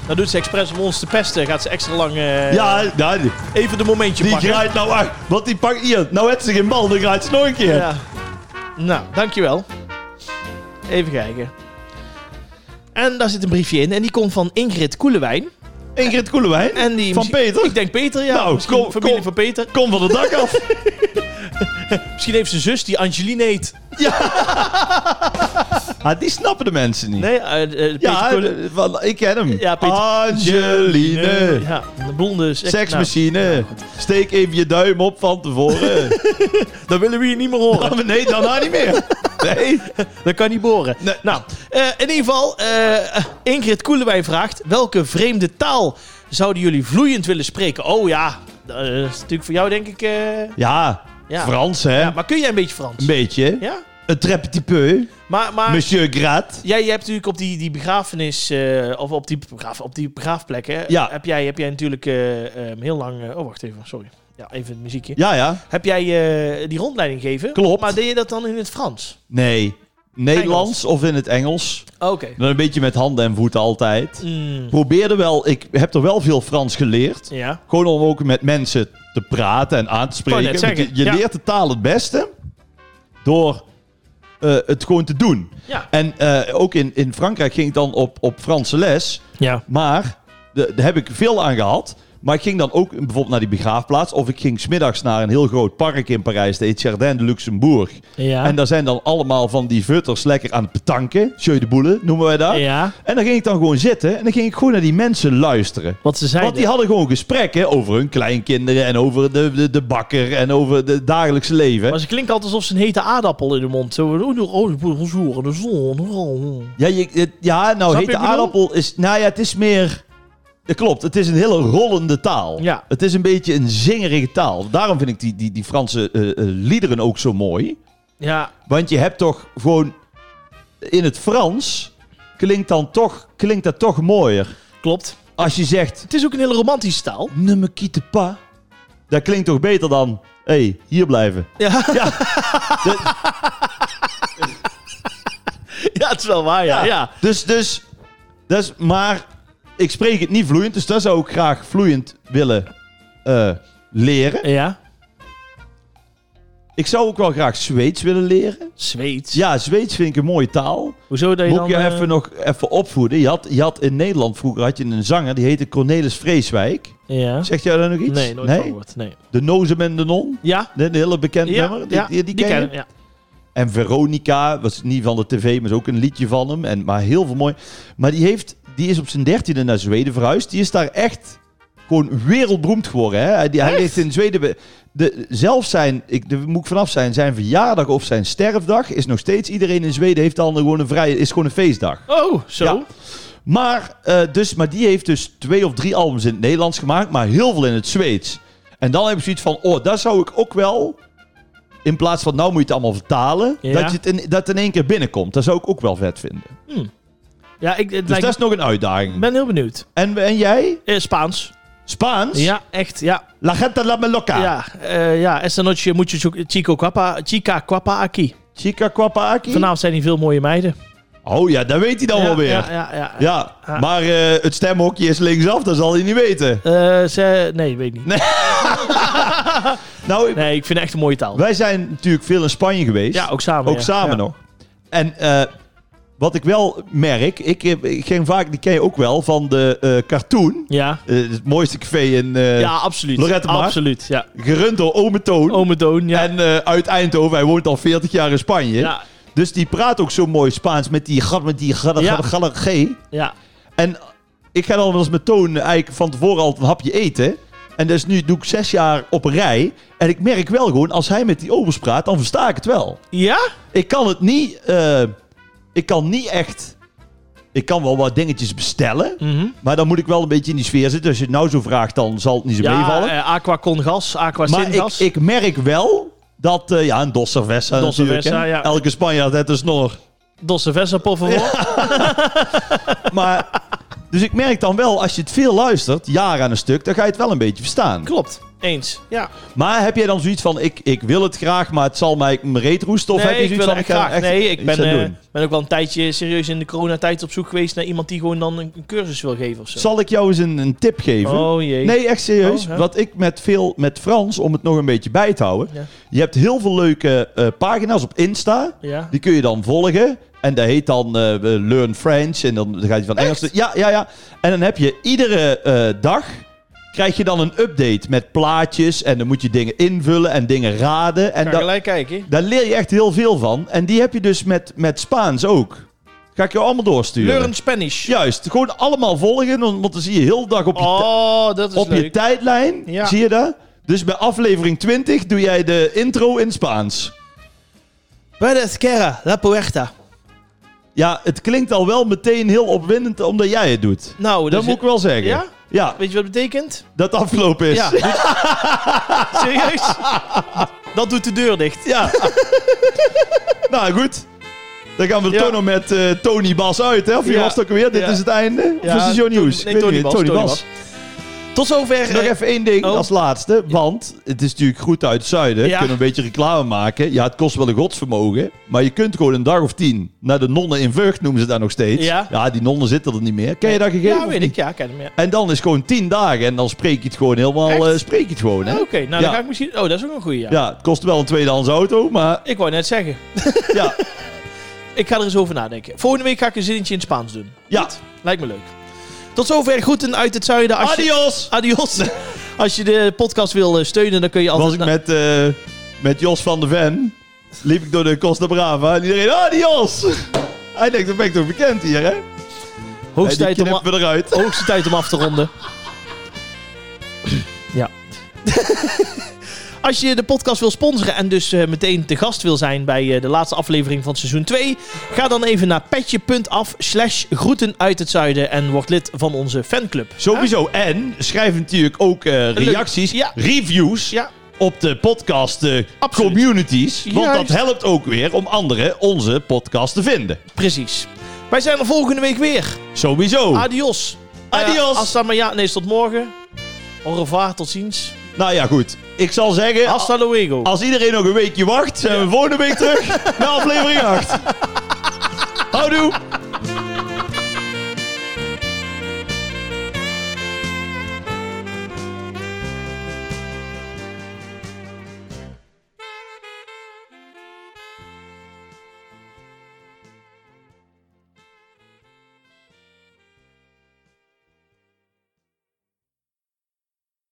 Speaker 1: Dat doet ze expres om ons te pesten. Gaat ze extra lang eh,
Speaker 2: Ja, ja die,
Speaker 1: even de momentje
Speaker 2: die
Speaker 1: pakken.
Speaker 2: graait nou echt. Want die pakt hier. Nou heeft ze geen bal, dan graait ze nog een keer.
Speaker 1: Ja. Nou, dankjewel. Even kijken. En daar zit een briefje in. En die komt van Ingrid Koelewijn.
Speaker 2: Ingrid Koelewijn.
Speaker 1: En die,
Speaker 2: van Peter.
Speaker 1: Ik denk Peter, ja.
Speaker 2: Nou,
Speaker 1: Misschien
Speaker 2: kom-
Speaker 1: familie
Speaker 2: kom.
Speaker 1: van Peter.
Speaker 2: Kom van het dak af.
Speaker 1: Misschien heeft zijn zus die Angeline heet.
Speaker 2: Ah, die snappen de mensen niet.
Speaker 1: Nee, eh, eh, Peter
Speaker 2: ja,
Speaker 1: Koele-
Speaker 2: eh, van, ik ken hem.
Speaker 1: Ja, Peter.
Speaker 2: Angeline.
Speaker 1: Ja, de blonde seks-
Speaker 2: Seksmachine. Steek even je duim op van tevoren.
Speaker 1: Nou, dan willen we hier niet meer horen.
Speaker 2: nee, daarna niet meer. Nee.
Speaker 1: dat kan niet boren.
Speaker 2: Nee.
Speaker 1: Nou, eh, in ieder geval, eh, Ingrid Koelewijn vraagt... Welke vreemde taal zouden jullie vloeiend willen spreken? Oh ja, dat is natuurlijk voor jou denk ik... eh,
Speaker 2: Ja,
Speaker 1: Ja.
Speaker 2: Frans hè.
Speaker 1: ja, maar kun jij een beetje Frans?
Speaker 2: Een beetje.
Speaker 1: Ja?
Speaker 2: Een très petit peu.
Speaker 1: Maar, maar
Speaker 2: Monsieur Graat.
Speaker 1: jij, jij hebt natuurlijk op die, die begrafenis... eh, of op die, begraaf, op die begraafplek, hè?
Speaker 2: Ja.
Speaker 1: Heb jij, heb jij natuurlijk eh, ehm, heel lang... eh, oh, wacht even, sorry. Ja, even het muziekje.
Speaker 2: Ja, ja.
Speaker 1: Heb jij eh, die rondleiding gegeven?
Speaker 2: Klopt.
Speaker 1: Maar deed je dat dan in het Frans?
Speaker 2: Nee. Nederlands of in het Engels.
Speaker 1: Oké. Mm.
Speaker 2: Dan een beetje met handen en voeten altijd. Probeerde wel, ik heb er wel veel Frans geleerd.
Speaker 1: Ja.
Speaker 2: Gewoon om ook met mensen te praten en aan te
Speaker 1: Wou
Speaker 2: spreken.
Speaker 1: net zeggen,
Speaker 2: Want je je
Speaker 1: ja.
Speaker 2: leert de taal het beste door eh, het gewoon te doen.
Speaker 1: Ja.
Speaker 2: En eh, ook in, in Frankrijk ging ik dan op, op Franse les.
Speaker 1: Ja.
Speaker 2: Maar de- daar heb ik veel aan gehad. Maar ik ging dan ook bijvoorbeeld naar die begraafplaats. Of ik ging smiddags naar een heel groot park in Parijs. De heet Jardin de Luxembourg.
Speaker 1: Ja.
Speaker 2: En daar zijn dan allemaal van die vutters lekker aan het petanken. Jeu de boule noemen wij dat.
Speaker 1: ja.
Speaker 2: En dan ging ik dan gewoon zitten. En dan ging ik gewoon naar die mensen luisteren.
Speaker 1: Wat ze zeiden.
Speaker 2: Want die hadden gewoon gesprekken over hun kleinkinderen. En over de, de, de bakker. En over het dagelijkse leven.
Speaker 1: Maar ze klinkt altijd alsof ze een hete aardappel in de mond. Zo, oh, de- oh, de- bonjour, de zon.
Speaker 2: Ja, je, het- ja nou,
Speaker 1: Snap je wat ik
Speaker 2: hete
Speaker 1: bedoel?
Speaker 2: aardappel is... Nou ja, het is meer... Dat klopt, het is een hele rollende taal.
Speaker 1: Ja.
Speaker 2: Het is een beetje een zingerige taal. Daarom vind ik die, die, die Franse eh, eh, liederen ook zo mooi.
Speaker 1: Ja.
Speaker 2: Want je hebt toch gewoon... In het Frans klinkt, dan toch, klinkt dat toch mooier.
Speaker 1: Klopt.
Speaker 2: Als je zegt...
Speaker 1: Het is ook een hele romantische taal.
Speaker 2: Ne me quitte pas. Dat klinkt toch beter dan... Hé, hey, hier blijven.
Speaker 1: Ja.
Speaker 2: Ja.
Speaker 1: ja, het is wel waar, ja. ja.
Speaker 2: Dus, dus, dus, maar ik spreek het niet vloeiend, dus dat zou ik graag vloeiend willen eh, leren.
Speaker 1: Ja.
Speaker 2: Ik zou ook wel graag Zweeds willen leren.
Speaker 1: Zweeds.
Speaker 2: Ja, Zweeds vind ik een mooie taal.
Speaker 1: Hoezo dat je
Speaker 2: Moet
Speaker 1: dan...
Speaker 2: je
Speaker 1: eh,
Speaker 2: even nog even opvoeden. Je had, je had in Nederland vroeger had je een zanger, die heette Cornelis Vreeswijk.
Speaker 1: Ja.
Speaker 2: Zegt jij daar nog iets?
Speaker 1: Nee, nooit gehoord. Nee.
Speaker 2: De Nozem en de Non.
Speaker 1: Ja?
Speaker 2: Een hele bekend
Speaker 1: ja,
Speaker 2: nummer. Die,
Speaker 1: ja,
Speaker 2: die, die ken je.
Speaker 1: ik, ja.
Speaker 2: En Veronica, was niet van de tv, maar is ook een liedje van hem. En, maar heel veel mooi. Maar die, heeft, die is op zijn dertiende naar Zweden verhuisd. Die is daar echt gewoon wereldberoemd geworden. Hè? Hij- Die, hij
Speaker 1: Echt?
Speaker 2: ligt in Zweden... be- De, zelf zijn, ik, daar moet ik vanaf zijn, zijn verjaardag of zijn sterfdag... is nog steeds iedereen in Zweden heeft dan gewoon een vrije... is gewoon een feestdag.
Speaker 1: Oh, zo.
Speaker 2: Ja. Maar, eh, dus, maar die heeft dus twee of drie albums in het Nederlands gemaakt, maar heel veel in het Zweeds. En dan heb je zoiets van, oh, daar zou ik ook wel, in plaats van nou moet je het allemaal vertalen,
Speaker 1: Ja.
Speaker 2: dat, je het in, dat het in één keer binnenkomt. Dat zou ik ook wel vet vinden. Dus
Speaker 1: Ja, ik, het lijkt-
Speaker 2: dat is nog een uitdaging.
Speaker 1: ben heel benieuwd.
Speaker 2: En, en jij?
Speaker 1: Eh, Spaans.
Speaker 2: Spaans?
Speaker 1: Ja, echt. Ja.
Speaker 2: La gente la meloca.
Speaker 1: Ja. eh, ja. Esta noche mucho chu- chico quapa, chica quapa aquí.
Speaker 2: Chica Quapaaki?
Speaker 1: Vanavond zijn hier veel mooie meiden.
Speaker 2: Oh Hm? ja, dat weet hij dan
Speaker 1: ja,
Speaker 2: wel weer.
Speaker 1: Ja,
Speaker 2: Ja,
Speaker 1: ja, ja. Ja.
Speaker 2: maar eh, het stemhokje is linksaf, dat zal hij niet weten.
Speaker 1: Eh, ze, nee, weet niet.
Speaker 2: Nee. Nou,
Speaker 1: Nee, ik vind het echt een mooie taal.
Speaker 2: wij zijn natuurlijk veel in Spanje geweest.
Speaker 1: Ja, ook samen.
Speaker 2: Ook
Speaker 1: ja.
Speaker 2: samen
Speaker 1: Ja.
Speaker 2: nog. En eh, wat ik wel merk, ik, heb- ik ging vaak, die ken je ook wel, van de eh, cartoon.
Speaker 1: Ja.
Speaker 2: Eh, het mooiste café in eh
Speaker 1: Ja, absoluut.
Speaker 2: Lorette Mar.
Speaker 1: Absoluut, ja.
Speaker 2: gerund door ome Toon.
Speaker 1: Ome Doon, ja.
Speaker 2: En eh, uit Eindhoven, hij woont al 40 jaar in Spanje.
Speaker 1: ja.
Speaker 2: Dus die praat ook zo mooi Spaans met die gat, met die gadde,
Speaker 1: Ja.
Speaker 2: gadde, gadde, g.
Speaker 1: Ja.
Speaker 2: En ik ga dan wel eens met Toon eigenlijk van tevoren altijd een hapje eten. En dus nu doe ik zes jaar op een rij. En ik merk wel gewoon, als hij met die obers praat, dan versta ik het wel.
Speaker 1: Ja?
Speaker 2: Ik kan het niet. eh, ik kan niet echt. Ik kan wel wat dingetjes bestellen.
Speaker 1: Mhm.
Speaker 2: Maar dan moet ik wel een beetje in die sfeer zitten. Als je het nou zo vraagt, dan zal het niet zo meevallen.
Speaker 1: Ja, eh, aqua con gas, aqua
Speaker 2: maar
Speaker 1: sin
Speaker 2: ik,
Speaker 1: gas.
Speaker 2: ik merk wel dat. eh, ja, een Dos Cerveza.
Speaker 1: Dos
Speaker 2: natuurlijk,
Speaker 1: Cerveza,
Speaker 2: hè.
Speaker 1: ja.
Speaker 2: Elke Spanjaard heeft een snor.
Speaker 1: Dosse Vessa poffen voor.
Speaker 2: maar. Dus ik merk dan wel, als je het veel luistert, jaren aan een stuk, dan ga je het wel een beetje verstaan.
Speaker 1: Klopt. Eens. Ja.
Speaker 2: Maar heb jij dan zoets van, ik, ik wil het graag, maar het zal mij mijn reet roesten? Of
Speaker 1: nee,
Speaker 2: heb je
Speaker 1: ik
Speaker 2: zoiets
Speaker 1: wil
Speaker 2: van,
Speaker 1: echt
Speaker 2: ik ga
Speaker 1: graag.
Speaker 2: echt
Speaker 1: nee, ik
Speaker 2: iets
Speaker 1: ben,
Speaker 2: aan
Speaker 1: eh,
Speaker 2: doen?
Speaker 1: ben ook wel een tijdje serieus in de coronatijd op zoek geweest naar iemand die gewoon dan een, een cursus wil geven of zo.
Speaker 2: Zal ik jou eens een, een tip geven?
Speaker 1: Oh jee.
Speaker 2: Nee, echt serieus.
Speaker 1: Oh, hè?
Speaker 2: Wat ik met veel met Frans, om het nog een beetje bij te houden.
Speaker 1: Ja.
Speaker 2: Je hebt heel veel leuke eh, pagina's op Insta.
Speaker 1: Ja.
Speaker 2: Die kun je dan volgen. En dat heet dan eh, Learn French. En dan gaat hij van Engels. Ja, ja, ja. En dan heb je iedere eh, dag. Krijg je dan een update met plaatjes. En dan moet je dingen invullen en dingen raden. En
Speaker 1: Ga
Speaker 2: da-
Speaker 1: gelijk kijken.
Speaker 2: daar leer je echt heel veel van. En die heb je dus met, met Spaans ook. Ga ik je allemaal doorsturen.
Speaker 1: Learn Spanish.
Speaker 2: Juist. Gewoon allemaal volgen. Want want dan zie je heel de dag op je
Speaker 1: Oh, dat is
Speaker 2: op je
Speaker 1: leuk.
Speaker 2: tijdlijn,
Speaker 1: Ja.
Speaker 2: zie je dat? Dus bij aflevering 20 doe jij de intro in Spaans.
Speaker 1: Puedes quera, la puerta.
Speaker 2: Ja, het klinkt al wel meteen heel opwindend omdat jij het doet.
Speaker 1: Nou,
Speaker 2: Dat
Speaker 1: dus-
Speaker 2: moet ik wel zeggen.
Speaker 1: Ja?
Speaker 2: Ja,
Speaker 1: Weet je wat dat betekent?
Speaker 2: dat afgelopen is.
Speaker 1: Ja. doet- Serieus? Dat doet de deur dicht.
Speaker 2: Ja. nou, goed. Dan gaan we
Speaker 1: Ja.
Speaker 2: toch nog met eh, Tony Bas uit, hè? Of wie
Speaker 1: Ja.
Speaker 2: was het ook weer? Dit
Speaker 1: Ja.
Speaker 2: is het einde.
Speaker 1: Ja,
Speaker 2: of is het Joe
Speaker 1: Tony-
Speaker 2: Nieuws?
Speaker 1: nee,
Speaker 2: Ik weet
Speaker 1: Tony
Speaker 2: niet.
Speaker 1: Bas,
Speaker 2: Tony
Speaker 1: Tony
Speaker 2: Bas.
Speaker 1: Bas. Tot zover.
Speaker 2: Nog
Speaker 1: eh,
Speaker 2: even één ding
Speaker 1: oh.
Speaker 2: als laatste. Want het is natuurlijk goed uit het zuiden.
Speaker 1: Ja.
Speaker 2: Kunnen we een beetje reclame maken. Ja, het kost wel een godsvermogen. Maar je kunt gewoon een dag of tien naar de nonnen in Vught, noemen ze daar nog steeds.
Speaker 1: Ja.
Speaker 2: die nonnen zitten er niet meer. Ken je dat gegeven?
Speaker 1: Ja,
Speaker 2: of
Speaker 1: weet
Speaker 2: niet?
Speaker 1: ik. Ja, ik ken hem. Ja.
Speaker 2: En dan is het gewoon tien dagen. En dan spreek je het gewoon helemaal.
Speaker 1: Echt?
Speaker 2: eh, spreek je het gewoon, hè?
Speaker 1: Oké, nou
Speaker 2: Ja.
Speaker 1: dan ga ik misschien... Oh, dat is ook een goeie, ja.
Speaker 2: Ja, het kost wel een tweedehands auto. Maar
Speaker 1: Ik wou net zeggen.
Speaker 2: ja,
Speaker 1: Ik ga er eens over nadenken. Volgende week ga ik een zinnetje in Spaans doen.
Speaker 2: ja.
Speaker 1: Lijkt me leuk. Tot zover groeten uit het zuiden. Als je-
Speaker 2: Adios!
Speaker 1: Adios. Als je de podcast wil eh, steunen, dan kun je altijd...
Speaker 2: Was ik met, eh, met Jos van de Ven. Liep ik door de Costa Brava. En iedereen, adios! Hij denkt, dan ben ik toch bekend hier, hè?
Speaker 1: na-
Speaker 2: Hey,
Speaker 1: hoogste,
Speaker 2: die
Speaker 1: tijd om a-
Speaker 2: knippen we eruit.
Speaker 1: hoogste tijd om af te ronden. Ja. Als je de podcast wil sponsoren en dus eh, meteen te gast wil zijn bij eh, de laatste aflevering van seizoen 2, ga dan even naar petje.af slash groeten uit het zuiden en word lid van onze fanclub.
Speaker 2: Sowieso. En schrijf natuurlijk ook eh, reacties,
Speaker 1: Ja.
Speaker 2: reviews
Speaker 1: Ja.
Speaker 2: op de podcast eh,
Speaker 1: Absoluut.
Speaker 2: communities. Want
Speaker 1: Juist.
Speaker 2: dat helpt ook weer om anderen onze podcast te vinden.
Speaker 1: Precies. Wij zijn er volgende week weer.
Speaker 2: Sowieso.
Speaker 1: Ah, Adios.
Speaker 2: Adios.
Speaker 1: Eh, hasta mañana. Nee, is tot morgen. Au revoir, tot ziens.
Speaker 2: nou ja, goed. Ik zal zeggen,
Speaker 1: Hasta luego.
Speaker 2: als iedereen nog een weekje wacht, zijn we volgende week terug naar aflevering 8. Houdoe.